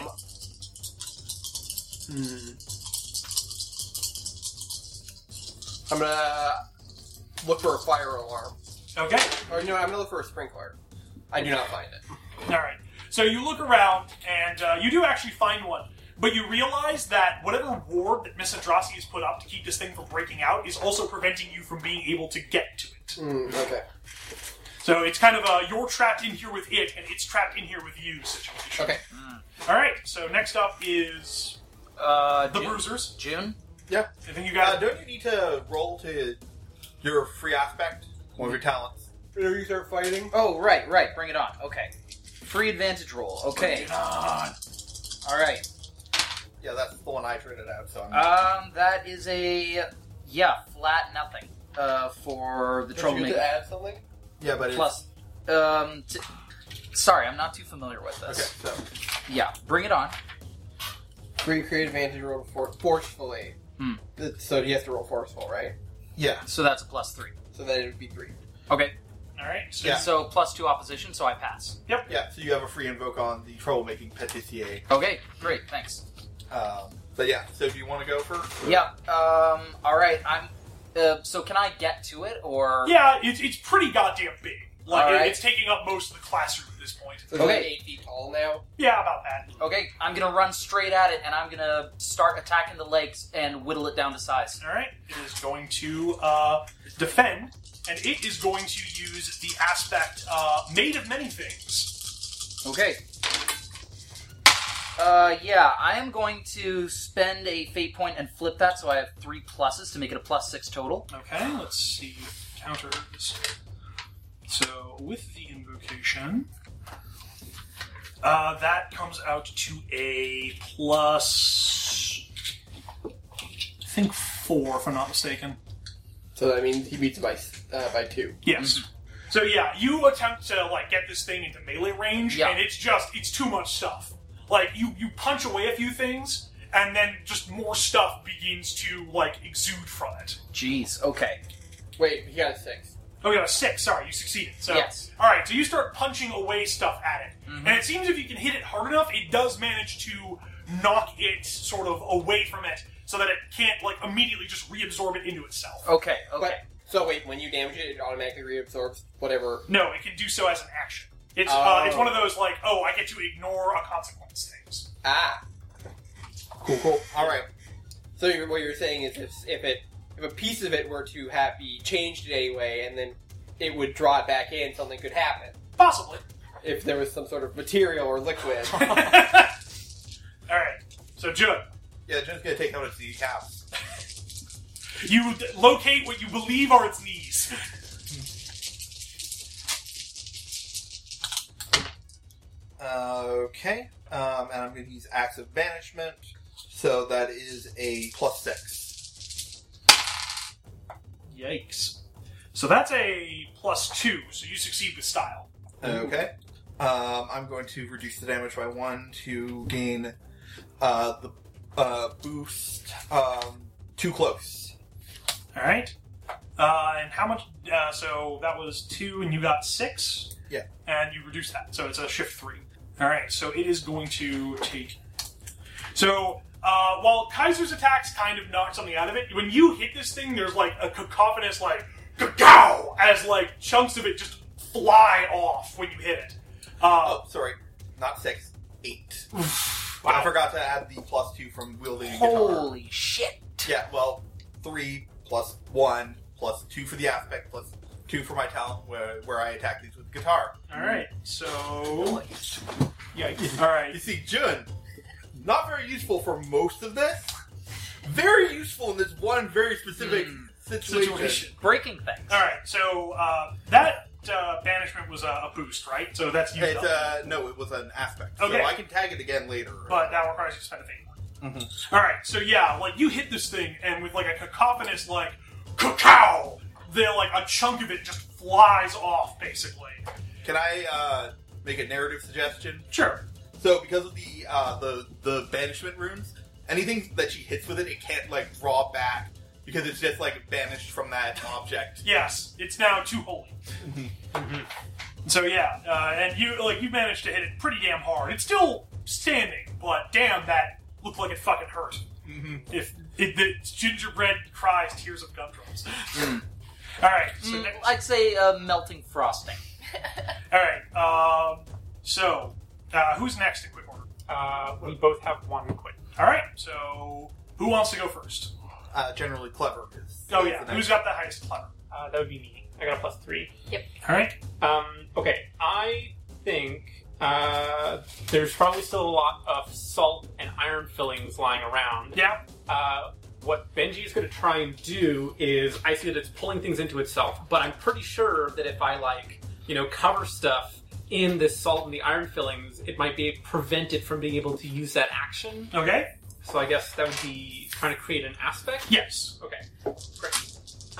S3: hmm. I'm gonna look for a fire alarm.
S1: Okay.
S3: Or no, I'm gonna look for a sprinkler. I do not find it.
S1: All right. So you look around, and uh, you do actually find one, but you realize that whatever ward that Miss Adrasi has put up to keep this thing from breaking out is also preventing you from being able to get to it.
S3: Hmm, okay.
S1: So it's kind of a you're trapped in here with it, and it's trapped in here with you situation.
S3: Okay.
S1: All right. So next up is
S5: Uh,
S1: the
S5: June.
S1: Bruisers.
S5: June?
S6: Yeah.
S1: I think you
S6: Uh,
S1: got.
S6: don't you need to roll to your free aspect, one of your talents?
S3: Whenever you start fighting.
S5: Oh, right, right. Bring it on. Okay. Free advantage roll. Okay.
S1: Get on.
S5: All right.
S6: Yeah, that's the one I traded out. So I'm
S5: Um, that is a yeah, flat nothing. Uh, for the
S3: Don't you get to
S5: troublemaker.
S3: add something?
S6: yeah, but it's,
S5: Plus, um, t- sorry, I'm not too familiar with
S6: Okay,
S5: this.
S6: so
S5: Yeah, bring it on.
S3: Free create advantage roll for- forcefully.
S5: Hmm.
S3: Th- So he has to roll forceful, right?
S6: yeah,
S5: So that's a plus three.
S3: So that it would be three.
S5: Okay.
S1: All right. So
S6: Yeah.
S5: So plus two opposition, so I pass.
S6: yeah. So you have a free invoke on the troublemaking petissier.
S5: Okay, great, thanks.
S6: Um, but yeah, so do you want to go first?
S5: Yeah. Um. All right. I'm. Uh, so can I get to it or?
S1: Yeah, it's, it's pretty goddamn big. Like,
S5: All
S1: it-
S5: right.
S1: it's taking up most of the classroom at this point.
S3: So okay.
S5: Okay.
S3: eight feet tall now.
S1: Yeah, about that.
S5: Okay. I'm gonna run straight at it and I'm gonna start attacking the legs and whittle it down to size.
S1: All right, it is going to uh, defend, and it is going to use the aspect uh, made of many things.
S5: Okay. Uh, yeah, I am going to spend a fate point and flip that, so I have three pluses to make it a plus six total.
S1: Okay, let's see counters. So with the invocation, uh, that comes out to a plus, I think four, if I'm not mistaken.
S3: So that means he beats by s- uh, by two.
S1: Yes. Mm-hmm. So yeah, you attempt to like get this thing into melee range,
S5: Yeah.
S1: and it's just it's too much stuff. Like you you punch away a few things, and then just more stuff begins to like exude from it.
S5: Jeez. Okay.
S3: Wait, he got a six.
S1: Oh, you got a six. Sorry, you succeeded. So
S5: Yes. Mm-hmm.
S1: all right, so you start punching away stuff at it, and it seems if you can hit it hard enough, it does manage to knock it sort of away from it, so that it can't like immediately just reabsorb it into itself.
S5: Okay. Okay.
S3: But so wait, when you damage it, it automatically reabsorbs whatever.
S1: No, it can do so as an action. It's uh,
S3: Oh.
S1: it's one of those like, oh, I get to ignore a consequence things.
S3: Ah.
S6: Cool, cool. All right.
S3: So you're, what you're saying is if, if it if a piece of it were to have be changed in any way, and then it would draw it back in, something could happen.
S1: Possibly.
S3: If there was some sort of material or liquid.
S1: All right. So, Jud,
S6: Yeah, Jen's gonna take out its kneecaps.
S1: you d- locate what you believe are its knees.
S6: Uh, okay, um, and I'm going to use Acts of Banishment, so that is a plus six.
S1: Yikes. So that's a plus two, so you succeed with style.
S6: Okay, um, I'm going to reduce the damage by one to gain uh, the uh, boost. Um, too close.
S1: All right. Uh, and how much? Uh, so that was two, and you got six.
S6: Yeah.
S1: And you reduce that, so it's a shift three. All right. So it is going to take. So uh, while Kaiser's attacks kind of knock something out of it, when you hit this thing, there's like a cacophonous like "Gagow!" as like chunks of it just fly off when you hit it. Uh,
S6: Oh, sorry, not six, eight. I
S1: wow.
S6: forgot to add the plus two from wielding a guitar.
S5: Holy shit!
S6: Yeah, well, three plus one plus two for the aspect plus two for my talent where, where I attack these with guitar.
S1: All right. So.
S2: Yikes.
S1: All
S6: You
S1: right.
S6: see, Jun, not very useful for most of this. Very useful in this one very specific
S1: Hmm.
S6: situation.
S1: Situation.
S5: Breaking things.
S1: All right, so uh, that uh, banishment was a, a boost, right? So that's used
S6: It's,
S1: up.
S6: uh, no, it was an aspect.
S1: Okay.
S6: So I can tag it again later.
S1: but that requires you to spend a fate point. All right, so yeah, like you hit this thing, and with like a cacophonous like cacao, then like a chunk of it just flies off, basically.
S6: Can I uh, make a narrative suggestion?
S1: Sure.
S6: So because of the uh, the the banishment runes, anything that she hits with it, it can't like draw back because it's just like banished from that object.
S1: Yes, it's now too holy. So yeah, uh, and you like you managed to hit it pretty damn hard. It's still standing, but damn, that looked like it fucking hurt.
S6: Mm-hmm.
S1: If it, the gingerbread cries tears of gumdrops. All right. So
S5: Mm,
S1: next-
S5: I'd say uh, melting frosting.
S1: all right. Um, so uh, who's next in quick order?
S2: Uh, we both have one quick.
S1: All right. So who wants to go first?
S6: Uh, generally clever. Is,
S1: Oh
S6: is
S1: yeah.
S6: the
S1: Who's
S6: next-
S1: got the highest clever?
S2: Uh, that would be me. I got a plus three.
S1: All right.
S2: Um, okay, I think uh, there's probably still a lot of salt and iron fillings lying around.
S1: Yeah.
S2: Uh, what Benji is going to try and do is, I see that it's pulling things into itself, but I'm pretty sure that if I like, you know, cover stuff in this salt and the iron fillings, it might be prevented from being able to use that action.
S1: Okay.
S2: So I guess that would be trying to create an aspect.
S1: Yes.
S2: Okay, great.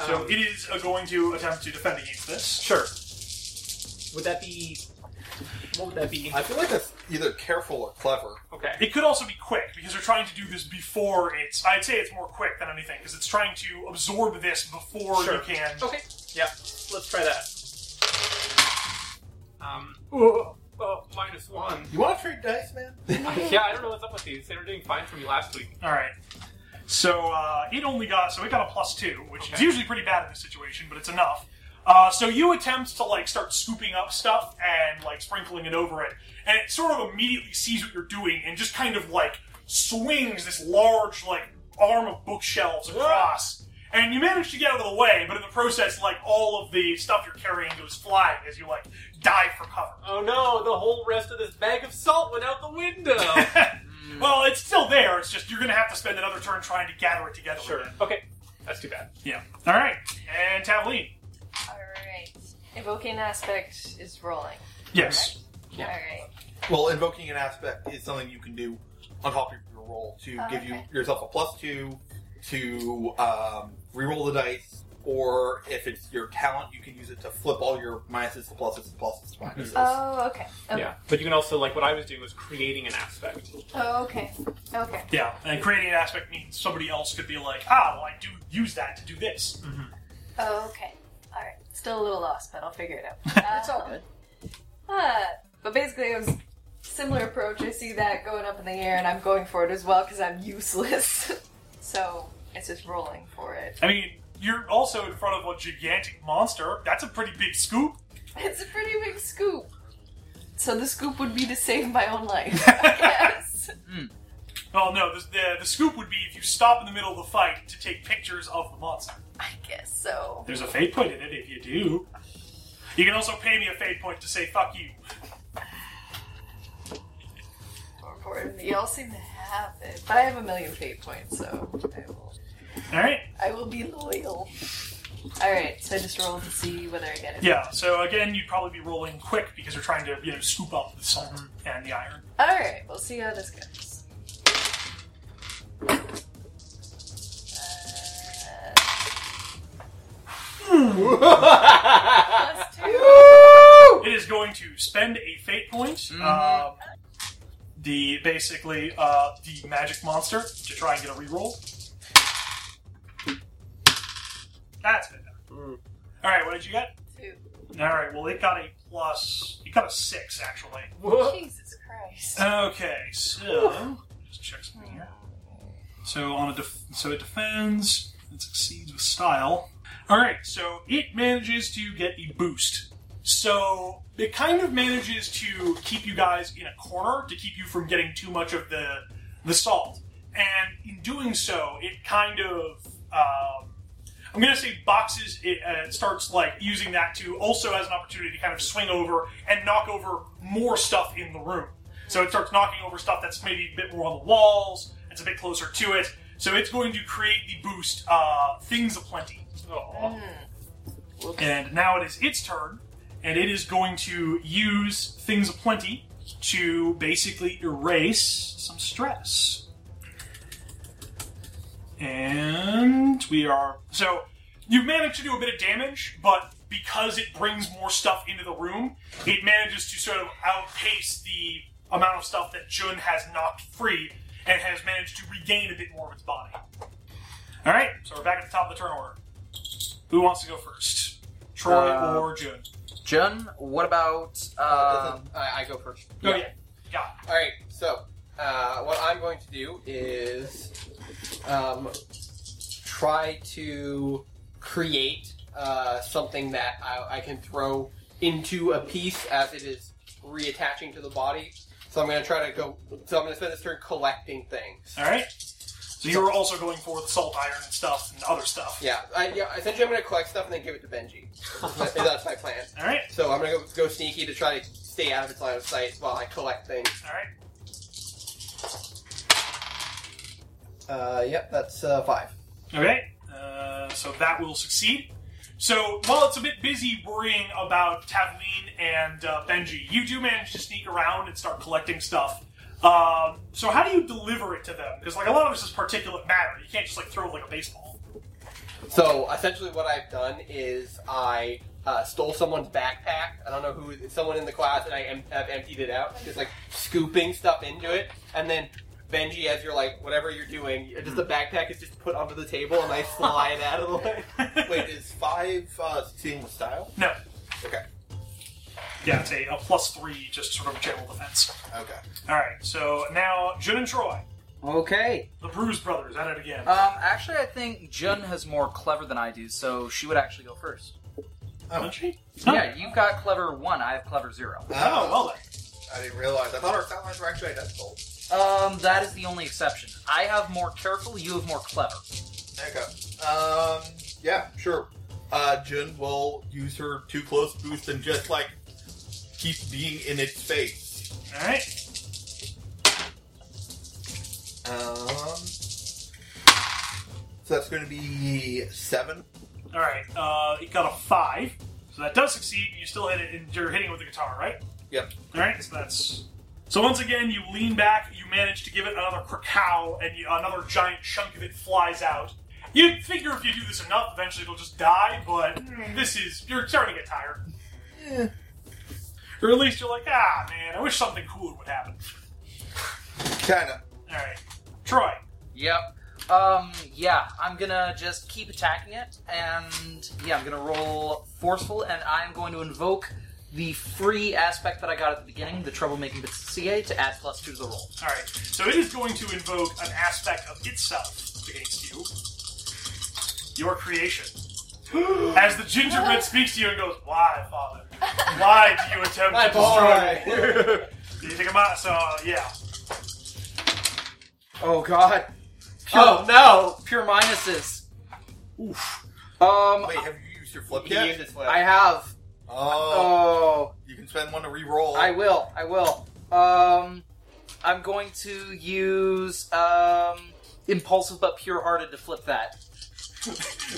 S1: So
S2: Um,
S1: it is uh, going to attempt to defend against this.
S2: sure. Would that be? What would that be?
S6: I feel like that's either careful or clever.
S2: Okay.
S1: It could also be quick because they're trying to do this before it's. I'd say it's more quick than anything because it's trying to absorb this before
S2: Sure.
S1: you can.
S2: Okay. Yeah. Let's try that. Um. Oh, oh, minus one.
S6: You want to trade dice, man?
S2: yeah, I don't know what's up with these. They were doing fine for me last week.
S1: All right. So uh, it only got so it got a plus two, which is
S2: Okay.
S1: usually pretty bad in this situation, but it's enough. Uh, so you attempt to like start scooping up stuff and like sprinkling it over it, and it sort of immediately sees what you're doing and just kind of like swings this large like arm of bookshelves across. And you manage to get out of the way, but in the process, like all of the stuff you're carrying goes flying as you like dive for cover.
S2: Oh no! The whole rest of this bag of salt went out the window.
S5: Hmm,
S1: Well, it's still there. It's just you're gonna have to spend another turn trying to gather it together.
S2: sure.
S1: again.
S2: Okay. That's too bad.
S1: Yeah. All right. And Tavleen.
S4: Alright. Evoking aspect is rolling.
S1: Yes.
S3: Yeah.
S4: Alright.
S6: well, invoking an aspect is something you can do on top of your roll to
S4: Oh,
S6: give you
S4: okay.
S6: yourself a plus two to um, re-roll the dice, or if it's your talent, you can use it to flip all your minuses to pluses and pluses to minuses.
S4: Oh, okay. Okay.
S2: Yeah. But you can also like what I was doing was creating an aspect.
S4: Oh, okay. Okay.
S1: Yeah, and creating an aspect means somebody else could be like, ah, well, I do use that to do this.
S4: Oh, okay. Alright. Still a little lost, but I'll figure it out. That's all good. Uh, but basically, it was similar approach. I see that going up in the air, and I'm going for it as well because I'm useless. so it's just rolling for it.
S1: I mean, you're also in front of a gigantic monster. That's a pretty big scoop.
S4: It's a pretty big scoop. So the scoop would be to save my own life, I guess.
S1: Well, no, the, the, the scoop would be if you stop in the middle of the fight to take pictures of the monster.
S4: I guess so.
S1: There's a fate point in it if you do. You can also pay me a fate point to say fuck you.
S4: More important. You all seem to have it, but I have a million fate points, so I will.
S1: All right.
S4: I will be loyal. Alright, so I just roll to see whether I get it.
S1: Yeah, so again, you'd probably be rolling quick because you're trying to, you know, scoop up the salt and the iron.
S4: Alright, we'll see how this goes. Uh, plus two.
S1: It is going to spend a fate point.
S5: Mhm.
S1: Um, the basically uh, the magic monster to try and get a reroll. That's been done.
S3: Mm.
S1: All right, what did you get?
S4: Two.
S1: All right, well it got a plus. It got a six actually.
S4: Jesus Christ.
S1: Okay, so just check something here. So on a def- so it defends and succeeds with style. All right, so it manages to get a boost. So it kind of manages to keep you guys in a corner to keep you from getting too much of the the salt. And in doing so, it kind of um, I'm going to say boxes. It uh, starts like using that to also as an opportunity to kind of swing over and knock over more stuff in the room. So it starts knocking over stuff that's maybe a bit more on the walls. It's a bit closer to it. So it's going to create the boost. Uh, things aplenty. Aw. And now it is its turn, and it is going to use things aplenty to basically erase some stress. And we are. So, you've managed to do a bit of damage, but because it brings more stuff into the room, it manages to sort of outpace the amount of stuff that Jun has knocked free and has managed to regain a bit more of its body. Alright, so we're back at the top of the turn order. Who wants to go first? Troy
S5: Uh,
S1: or Jun?
S5: Jun, what about
S3: Um,
S5: uh,
S3: Doesn't- I, I go first.
S1: Oh, yeah. Yeah.
S3: All right. So uh, what I'm going to do is um, try to create uh, something that I, I can throw into a piece as it is reattaching to the body. So I'm going to try to go. So I'm going to spend this turn collecting things.
S1: Alright. So you were also going for the salt iron and stuff and other stuff.
S3: Yeah, I, yeah. Essentially, I'm going to collect stuff and then give it to Benji. That- That's my plan.
S1: Alright,
S3: So I'm going to go sneaky to try to stay out of its line of sight while I collect things.
S1: alright.
S3: Uh, yep, that's uh, five.
S1: Okay, uh, so that will succeed. So while it's a bit busy worrying about Tavleen and uh, Benji, you do manage to sneak around and start collecting stuff. Um, so how do you deliver it to them? Because like a lot of this is particulate matter. You can't just like throw it like a baseball.
S3: So essentially, what I've done is I uh, stole someone's backpack. I don't know who, someone in the class, and I em- have emptied it out, just like scooping stuff into it, and then. Benji, as you're like whatever you're doing, uh, just the backpack is just put onto the table, and I slide out of the way.
S6: Wait, is five uh, succeeding with style?
S1: No.
S6: Okay.
S1: Yeah, it's a, a plus three, just sort of general defense.
S6: Okay.
S1: All right, so now Jun and Troy,
S5: Okay.
S1: the Bruise Brothers, at it again.
S5: Um, actually, I think Jun has more clever than I do, so she would actually go first.
S6: Oh,
S1: Benji?
S5: Yeah, you've got clever one. I have clever zero.
S1: Oh well then.
S6: I didn't realize. I thought our style lines were actually identical.
S5: Um, that is the only exception. I have more careful. You have more clever.
S6: Okay. Um. Yeah. Sure. Uh, Jun will use her too close boost and just like keep being in its face.
S1: All right.
S6: Um. So that's going to be seven.
S1: All right. Uh, it got a five, so that does succeed. You still hit it, and you're hitting it with the guitar, right?
S6: Yep.
S1: All right. So that's. So once again, you lean back. You manage to give it another krakow, and you, another giant chunk of it flies out. You figure if you do this enough, eventually it'll just die. But mm, this is you're starting to get tired. Or at least you're like, ah, man, I wish something cooler would happen.
S6: Kinda.
S1: All right, Troy.
S5: Yep. Um, yeah, I'm gonna just keep attacking it, and yeah, I'm gonna roll forceful, and I'm going to invoke the free aspect that I got at the beginning, the troublemaking bits of CA, to add plus two to the roll.
S1: All right. So it is going to invoke an aspect of itself against you, your creation. As the gingerbread speaks to you and goes, "Why, father? Why do you attempt
S3: My
S1: to destroy me?"
S3: boy!
S1: Do you think about so? Yeah.
S5: Oh god.
S3: oh no!
S5: Pure minuses.
S1: Oof.
S5: Um,
S6: Wait, have you used your flip
S3: He
S6: yet?
S3: used his flip.
S5: I have.
S6: oh,
S5: Oh,
S6: you can spend one to re-roll.
S5: I will. I will. Um, I'm going to use um impulsive but pure-hearted to flip that.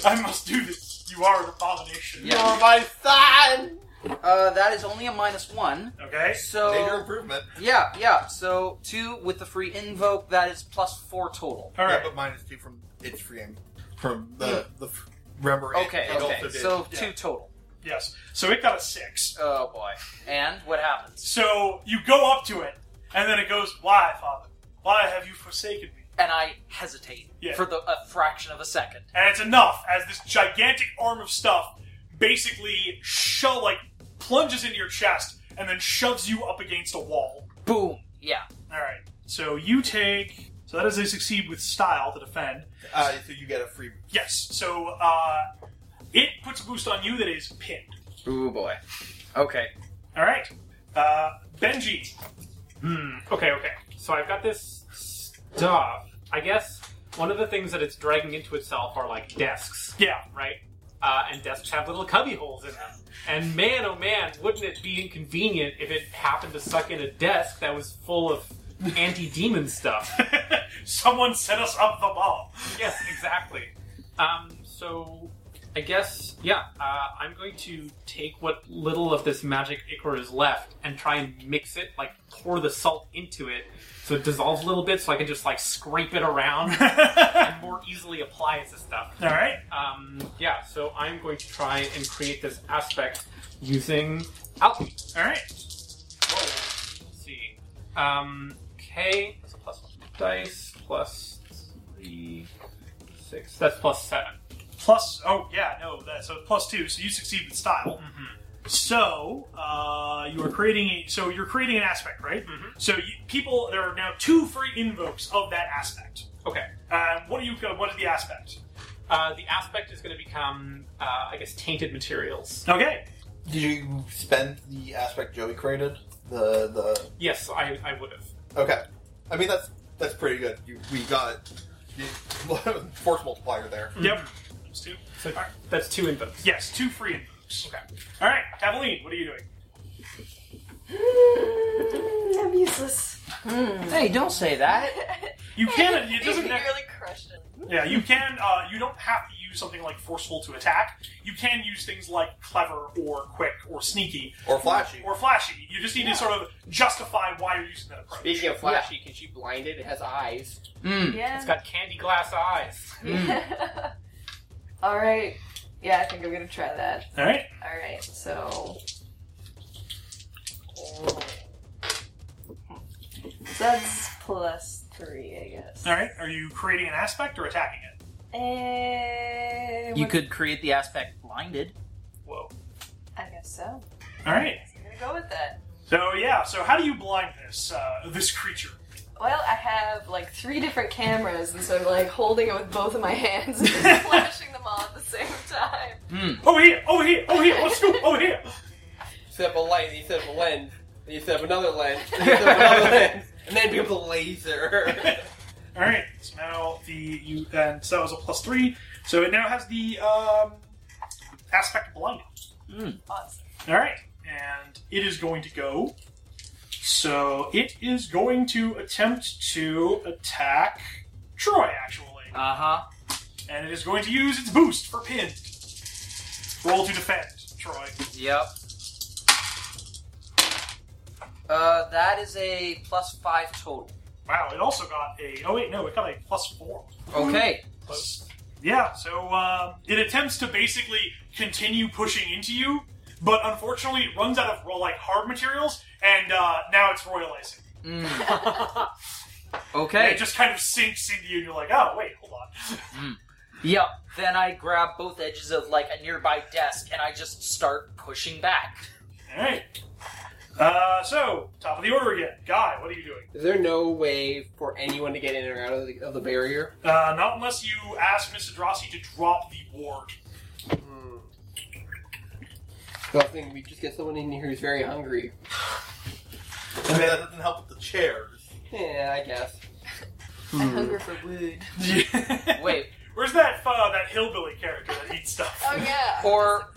S1: I must do this. You are an abomination.
S5: Yeah.
S3: You're my son!
S5: Uh, that is only a minus one.
S1: Okay.
S5: So
S6: Major improvement.
S5: yeah, yeah. So two with the free invoke. That is plus four total.
S1: All
S6: Yeah,
S1: right.
S6: but minus two from its frame. From the the f- remember. it-
S5: Okay,
S6: it
S5: okay.
S6: also did-
S5: So
S1: yeah.
S5: two total.
S1: Yes. So it got a six.
S5: Oh boy. And what happens?
S1: So you go up to it, and then it goes, "Why, Father? Why have you forsaken me?"
S5: And I hesitate
S1: Yeah.
S5: for the a fraction of a second.
S1: And it's enough as this gigantic arm of stuff basically sho- like plunges into your chest and then shoves you up against a wall.
S5: Boom. Yeah.
S1: All right. So you take. So that is they succeed with style to defend.
S6: Uh, so you get a free.
S1: Yes. So uh, it puts a boost on you that is pinned.
S5: Ooh boy. Okay.
S1: All right. Uh, Benji.
S2: Hmm. Okay, okay. So I've got this stuff. I guess one of the things that it's dragging into itself are like desks,
S1: Yeah.
S2: right? Uh, and desks have little cubby holes in them. And man, oh man, wouldn't it be inconvenient if it happened to suck in a desk that was full of anti-demon stuff?
S1: Someone set us up the bomb.
S2: yes, exactly. Um, so I guess yeah, uh, I'm going to take what little of this magic ichor is left and try and mix it, like pour the salt into it, so it dissolves a little bit, so I can just like scrape it around and more easily apply it to stuff.
S1: All right.
S2: Um, yeah, so I'm going to try and create this aspect using alchemy.
S1: All right.
S2: Whoa. Let's see. Um, K. That's a plus one. Dice plus three, six. That's plus seven.
S1: Plus, oh yeah, no, that, so plus two. So you succeed with style. So uh, you are creating. A, so you're creating an aspect, right?
S2: Mhm.
S1: So you, people, there are now two free invokes of that aspect.
S2: Okay.
S1: Um, what do you? go- What is the aspect?
S2: Uh, the aspect is going to become, uh, I guess, tainted materials.
S1: Okay.
S6: Did you spend the aspect Joey created? The the
S2: Yes, I, I would have.
S6: Okay. I mean that's that's pretty good. You, we got the force multiplier there.
S1: Yep. Mm-hmm. Those two.
S2: So that's two invokes.
S1: Yes, two free invokes.
S2: Okay.
S1: All right, Kavaline, what are you doing?
S4: Mm, I'm useless. Hmm.
S5: Hey, don't say that.
S1: You can. It doesn't.
S4: You
S1: ne-
S4: really crushed it.
S1: Yeah, you can. Uh, you don't have to use something like forceful to attack. You can use things like clever or quick or sneaky
S6: Or flashy.
S1: or flashy. You just need to sort of justify why you're using that approach.
S3: Speaking of flashy, can she blind it? It has eyes.
S5: Mm.
S4: Yeah.
S2: It's got candy glass eyes.
S4: All right. Yeah, I think I'm gonna try that.
S1: All right.
S4: All right. So. So that's plus three, I guess.
S1: All right. Are you creating an aspect or attacking it?
S4: Eh,
S5: You
S4: what-
S5: could create the aspect blinded.
S1: Whoa.
S4: I guess so.
S1: All right.
S4: I'm gonna go with that.
S1: So yeah. So how do you blind this uh, this creature?
S4: Well, I have like three different cameras, and so I'm like holding it with both of my hands and just flashing them all at the same time.
S1: Over here. Over here. Over here. Let's go. Over here.
S3: Set up a light, then you set up a lens, then you set up another lens, then you set up another lens, and then it becomes a laser.
S1: All right. So now the you and so that was a plus three. So it now has the um, aspect blinded.
S4: Awesome.
S1: All right, and it is going to go. So it is going to attempt to attack Troy, actually,
S5: Uh huh.
S1: and it is going to use its boost for pinned. Roll to defend, Troy.
S5: Yep. Uh, that is a plus five total.
S1: Wow, it also got a. Oh wait, no, it got a plus four.
S5: Okay.
S1: Plus. Yeah, so um, it attempts to basically continue pushing into you, but unfortunately, it runs out of well, like hard materials, and uh, now it's royalizing.
S5: Mm.
S1: And
S5: Okay.
S1: it just kind of sinks into you, and you're like, oh wait, hold on.
S5: Yep. Then I grab both edges of like a nearby desk and I just start pushing back.
S1: Alright. Uh, so, top of the order again. Guy, what are you doing?
S3: Is there no way for anyone to get in or out of the, of the barrier?
S1: Uh, not unless you ask Mr. Drossi to drop the ward.
S3: Hmm. So I think we just get someone in here who's very hungry.
S6: I mean that doesn't help with the chairs.
S3: Yeah, I guess. Hmm.
S4: I hunger for wood.
S5: Wait,
S1: Where's that uh, that hillbilly character that eats stuff?
S4: Oh yeah.
S5: or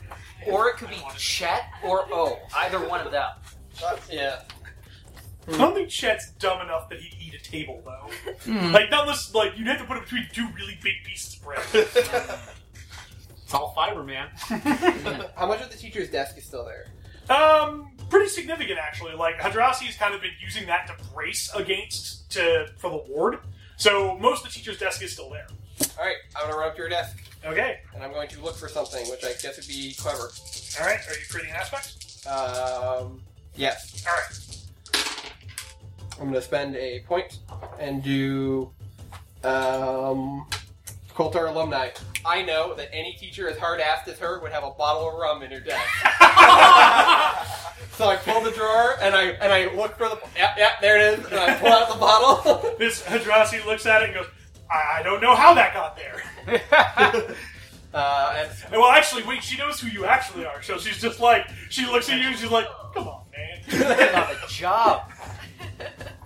S5: or it could be Chet or O. Either one of them.
S3: yeah.
S1: I don't think Chet's dumb enough that he'd eat a table though. like not unless like you'd have to put it between two really big pieces of bread.
S2: It's all fiber, man.
S3: How much of the teacher's desk is still there?
S1: Um, pretty significant actually. Like Hadrassi's kind of been using that to brace against to for the ward. So most of the teacher's desk is still there.
S3: All right, I'm gonna run up to your desk
S1: Okay.
S3: and I'm going to look for something, which I guess would be clever.
S1: All right. Are you creating aspects?
S3: Um, yes,
S1: All right.
S3: I'm gonna spend a point and do um, Coulter alumni. I know that any teacher as hard assed as her would have a bottle of rum in her desk. so I pull the drawer and I and I look for the yeah yeah there it is and I pull out the bottle.
S1: This Hadrassi looks at it and goes, I, "I don't know how that got there."
S3: uh, and
S1: And, well, actually, wait. She knows who you actually are, so she's just like she looks at you and she's like, "Come on, man."
S5: Not a job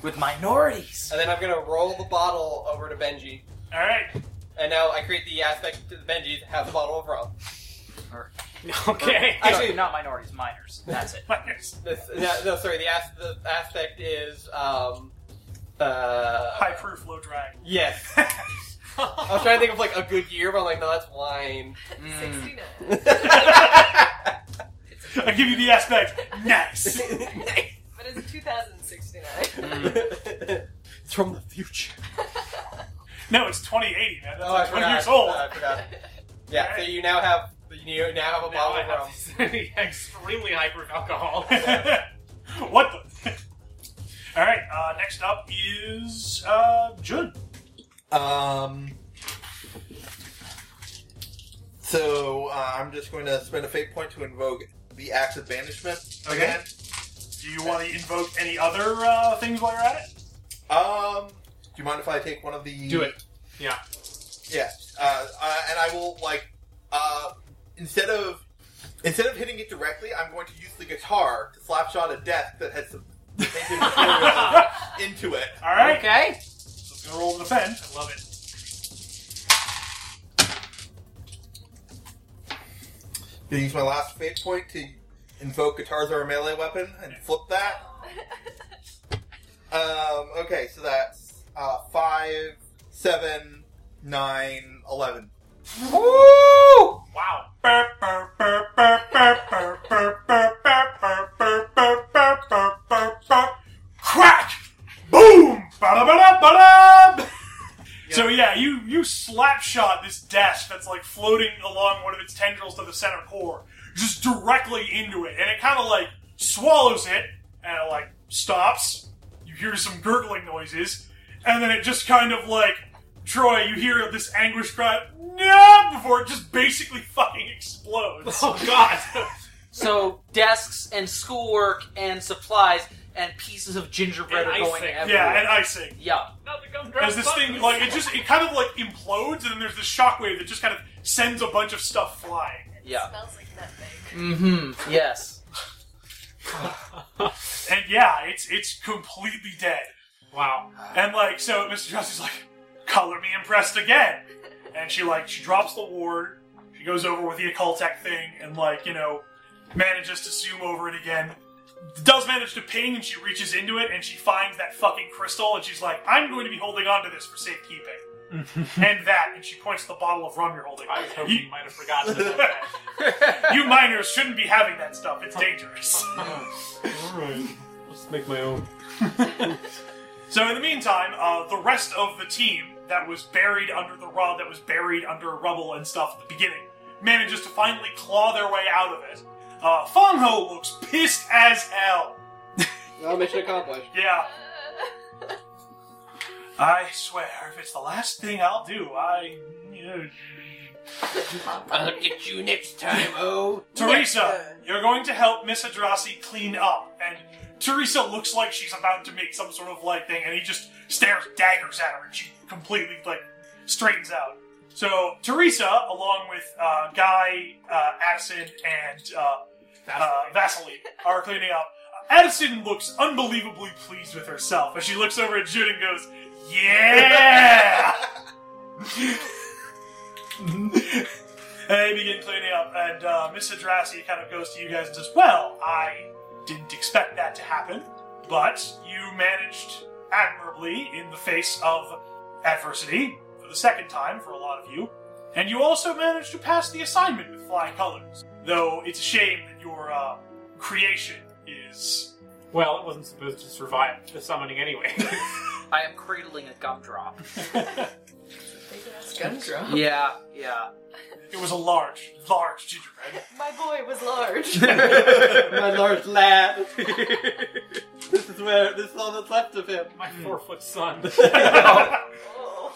S5: with minorities.
S3: and then I'm gonna roll the bottle over to Benji.
S1: All right.
S3: And now I create the aspect to the Benji to have the bottle of rum.
S2: okay.
S3: Actually-
S5: No, not minorities, minors. That's it.
S1: Minus.
S3: This, no, no, sorry, the, as- the aspect is. Um, uh,
S1: High proof, low drag.
S3: Yes. I was trying to think of like a good year, but I'm like, no, that's wine. Mm.
S4: 69.
S1: I give you the aspect. Nice.
S4: But it's 2069.
S6: Mm.
S3: it's from the future.
S1: No, it's 2080, man. That's
S3: Oh, I
S1: like 20
S3: forgot.
S1: years old.
S3: Uh, I forgot. Yeah, so you now have you now have a
S2: Now
S3: bottle
S2: I
S3: of rum.
S2: have extremely hyper alcohol.
S1: what the? All right. Uh, next up is uh, Jun.
S6: Um. So uh, I'm just going to spend a fate point to invoke the axe of banishment.
S1: Okay.
S6: again.
S1: Do you want to invoke any other uh, things while you're at it?
S6: Um. Do you mind if I take one of the?
S2: Do it. Yeah.
S6: Yeah. Uh, uh, and I will like uh, instead of instead of hitting it directly, I'm going to use the guitar to slap shot a desk that has some painted material into it.
S1: All right.
S5: Okay.
S1: So it's gonna roll the pen. I love it.
S6: Gonna use my last fate point to invoke guitars are a melee weapon and flip that. Um, okay, so that's uh, five, seven, nine, eleven.
S3: Woo!
S1: Wow. Crack! Boom! Ba-da-ba-da-ba-da! So yeah, you you slap shot this desk that's like floating along one of its tendrils to the center core, just directly into it, and it kind of like swallows it and it like stops. You hear some gurgling noises, and then it just kind of like Troy, you hear this anguish cry, no, before it just basically fucking explodes.
S2: Oh god.
S5: So desks and schoolwork and supplies and pieces of gingerbread
S2: And
S5: are going
S2: icing. Yeah,
S5: everywhere.
S1: yeah, and icing.
S5: yeah.
S2: Nothing comes
S1: as this thing like it just it kind of like implodes and then there's this shockwave that just kind of sends a bunch of stuff flying
S5: Yeah.
S4: smells like nutmeg.
S5: Mm-hmm. Yes.
S1: and yeah it's it's completely dead
S2: Wow.
S1: and like so mr Justice's like color me impressed again and she like she drops the ward she goes over with the occult tech thing and like you know manages to zoom over it again does manage to ping and she reaches into it and she finds that fucking crystal and she's like i'm going to be holding on to this for safekeeping and that and she points to the bottle of rum you're holding
S2: I was hoping
S1: You-
S2: you might have forgotten about that.
S1: You minors shouldn't be having that stuff. It's dangerous.
S2: Alright. Let's make my own.
S1: So in the meantime, uh, the rest of the team that was buried under the rub, that was buried under rubble and stuff at the beginning, manages to finally claw their way out of it. Uh, Fong Ho looks pissed as hell.
S3: Well, mission accomplished.
S1: Yeah, I swear, if it's the last thing I'll do, I.
S3: I'll get you next time, oh.
S1: Teresa, you're going to help Miss Adrasi clean up. And Teresa looks like she's about to make some sort of like thing, and he just stares daggers at her, and she completely like straightens out. So Teresa, along with uh, Guy, uh, Addison, and uh, uh, Vasily, are cleaning up. Addison looks unbelievably pleased with herself as she looks over at Jude and goes, "Yeah!" And they begin cleaning up, and uh, Miss Hadrassi kind of goes to you guys and says, Well, I didn't expect that to happen, but you managed admirably in the face of adversity for the second time for a lot of you. And you also managed to pass the assignment with flying colors. Though it's a shame that your uh, creation is.
S2: Well, it wasn't supposed to survive the summoning anyway.
S5: I am cradling a gumdrop.
S4: Gumdrop.
S5: yeah, yeah.
S1: It was a large, large gingerbread.
S4: My boy was large.
S3: My large lad. this is where this is all that's left of him.
S2: My four foot son.
S4: oh.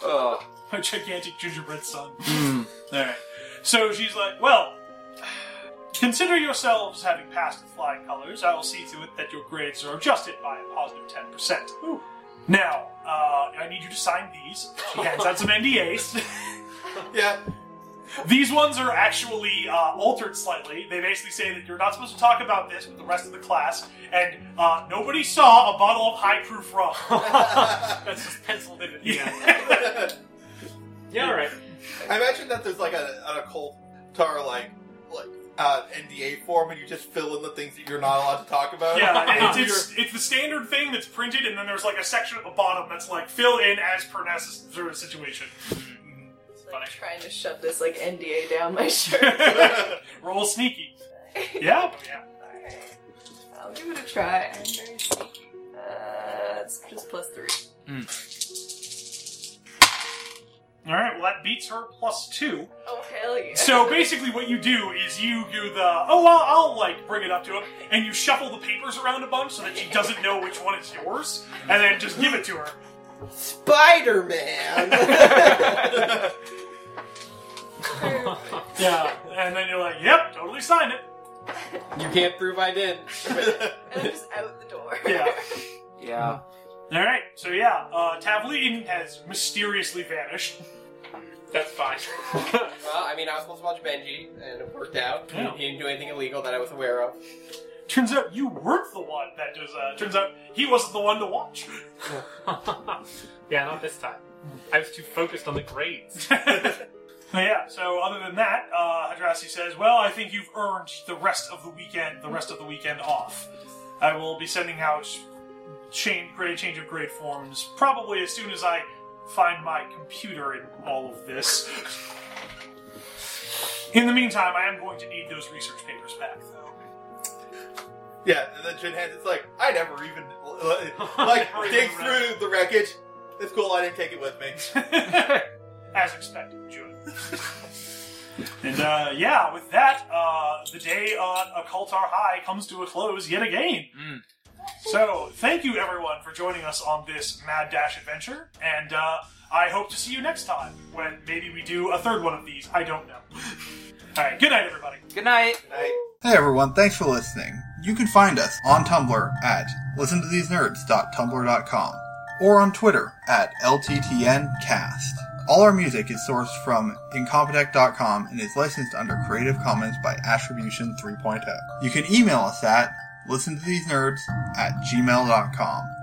S5: Oh.
S1: My gigantic gingerbread son. Alright. So she's like, well, consider yourselves having passed with flying colors. I will see to it that your grades are adjusted by a positive 10%. Now, uh, I need you to sign these. She hands out some NDAs.
S6: Yeah.
S1: These ones are actually uh, altered slightly. They basically say that you're not supposed to talk about this with the rest of the class, and uh, nobody saw a bottle of high proof rum.
S2: That's just penciled in at the end. Yeah, all right.
S6: I imagine that there's like a, an occult tar like like uh, NDA form, and you just fill in the things that you're not allowed to talk about.
S1: yeah, it's, it's, it's the standard thing that's printed, and then there's like a section at the bottom that's like fill in as per necess- sort of situation.
S4: It's like trying to shove this like NDA down my shirt.
S6: You're-
S1: Roll sneaky. Yeah, yeah.
S4: Alright. I'll give it a try. I'm very sneaky. Uh, it's just plus three.
S1: All right, well that beats her plus two.
S4: Oh hell yeah!
S1: So basically, what you do is you do the oh well, I'll like bring it up to him, and you shuffle the papers around a bunch so that she doesn't know which one is yours, and then just give it to her.
S3: Spider Man.
S1: Yeah, and then you're like, yep, totally signed it.
S3: you can't prove I did.
S4: and I'm just out the door.
S1: Yeah.
S5: Yeah.
S1: All right, so yeah, uh, Tavlin has mysteriously vanished.
S2: That's fine.
S3: Well, I mean, I was supposed to watch Benji, and it worked out.
S1: Yeah.
S3: He didn't do anything illegal that I was aware of.
S1: Turns out you weren't the one that does. Uh, turns out he wasn't the one to watch.
S2: yeah, not this time. I was too focused on the grades.
S1: But yeah, so other than that, uh, Hadrassi says, Well, I think you've earned the rest of the weekend, the rest of the weekend off. I will be sending out change, grade, change of grade forms probably as soon as I find my computer in all of this. In the meantime, I am going to need those research papers back, though.
S6: yeah, and then Jin hands. It's like I never even like
S1: Never
S6: dig
S1: even read.
S6: through the wreckage. It's cool. I didn't take it with me.
S1: As expected, June. and uh, yeah, with that, uh, the day on Occultar High comes to a close yet again.
S5: Mm.
S1: So, thank you everyone for joining us on this Mad Dash adventure, and uh, I hope to see you next time when maybe we do a third one of these. I don't know. All right, good night, everybody.
S5: Good night.
S6: I,
S7: Hey everyone, thanks for listening. You can find us on Tumblr at listentothesenerds.tumblr.com or on Twitter at LTTNcast. All our music is sourced from incompetech.com and is licensed under Creative Commons by oh. Attribution 3.0. You can email us at listentothesenerds at gmail.com.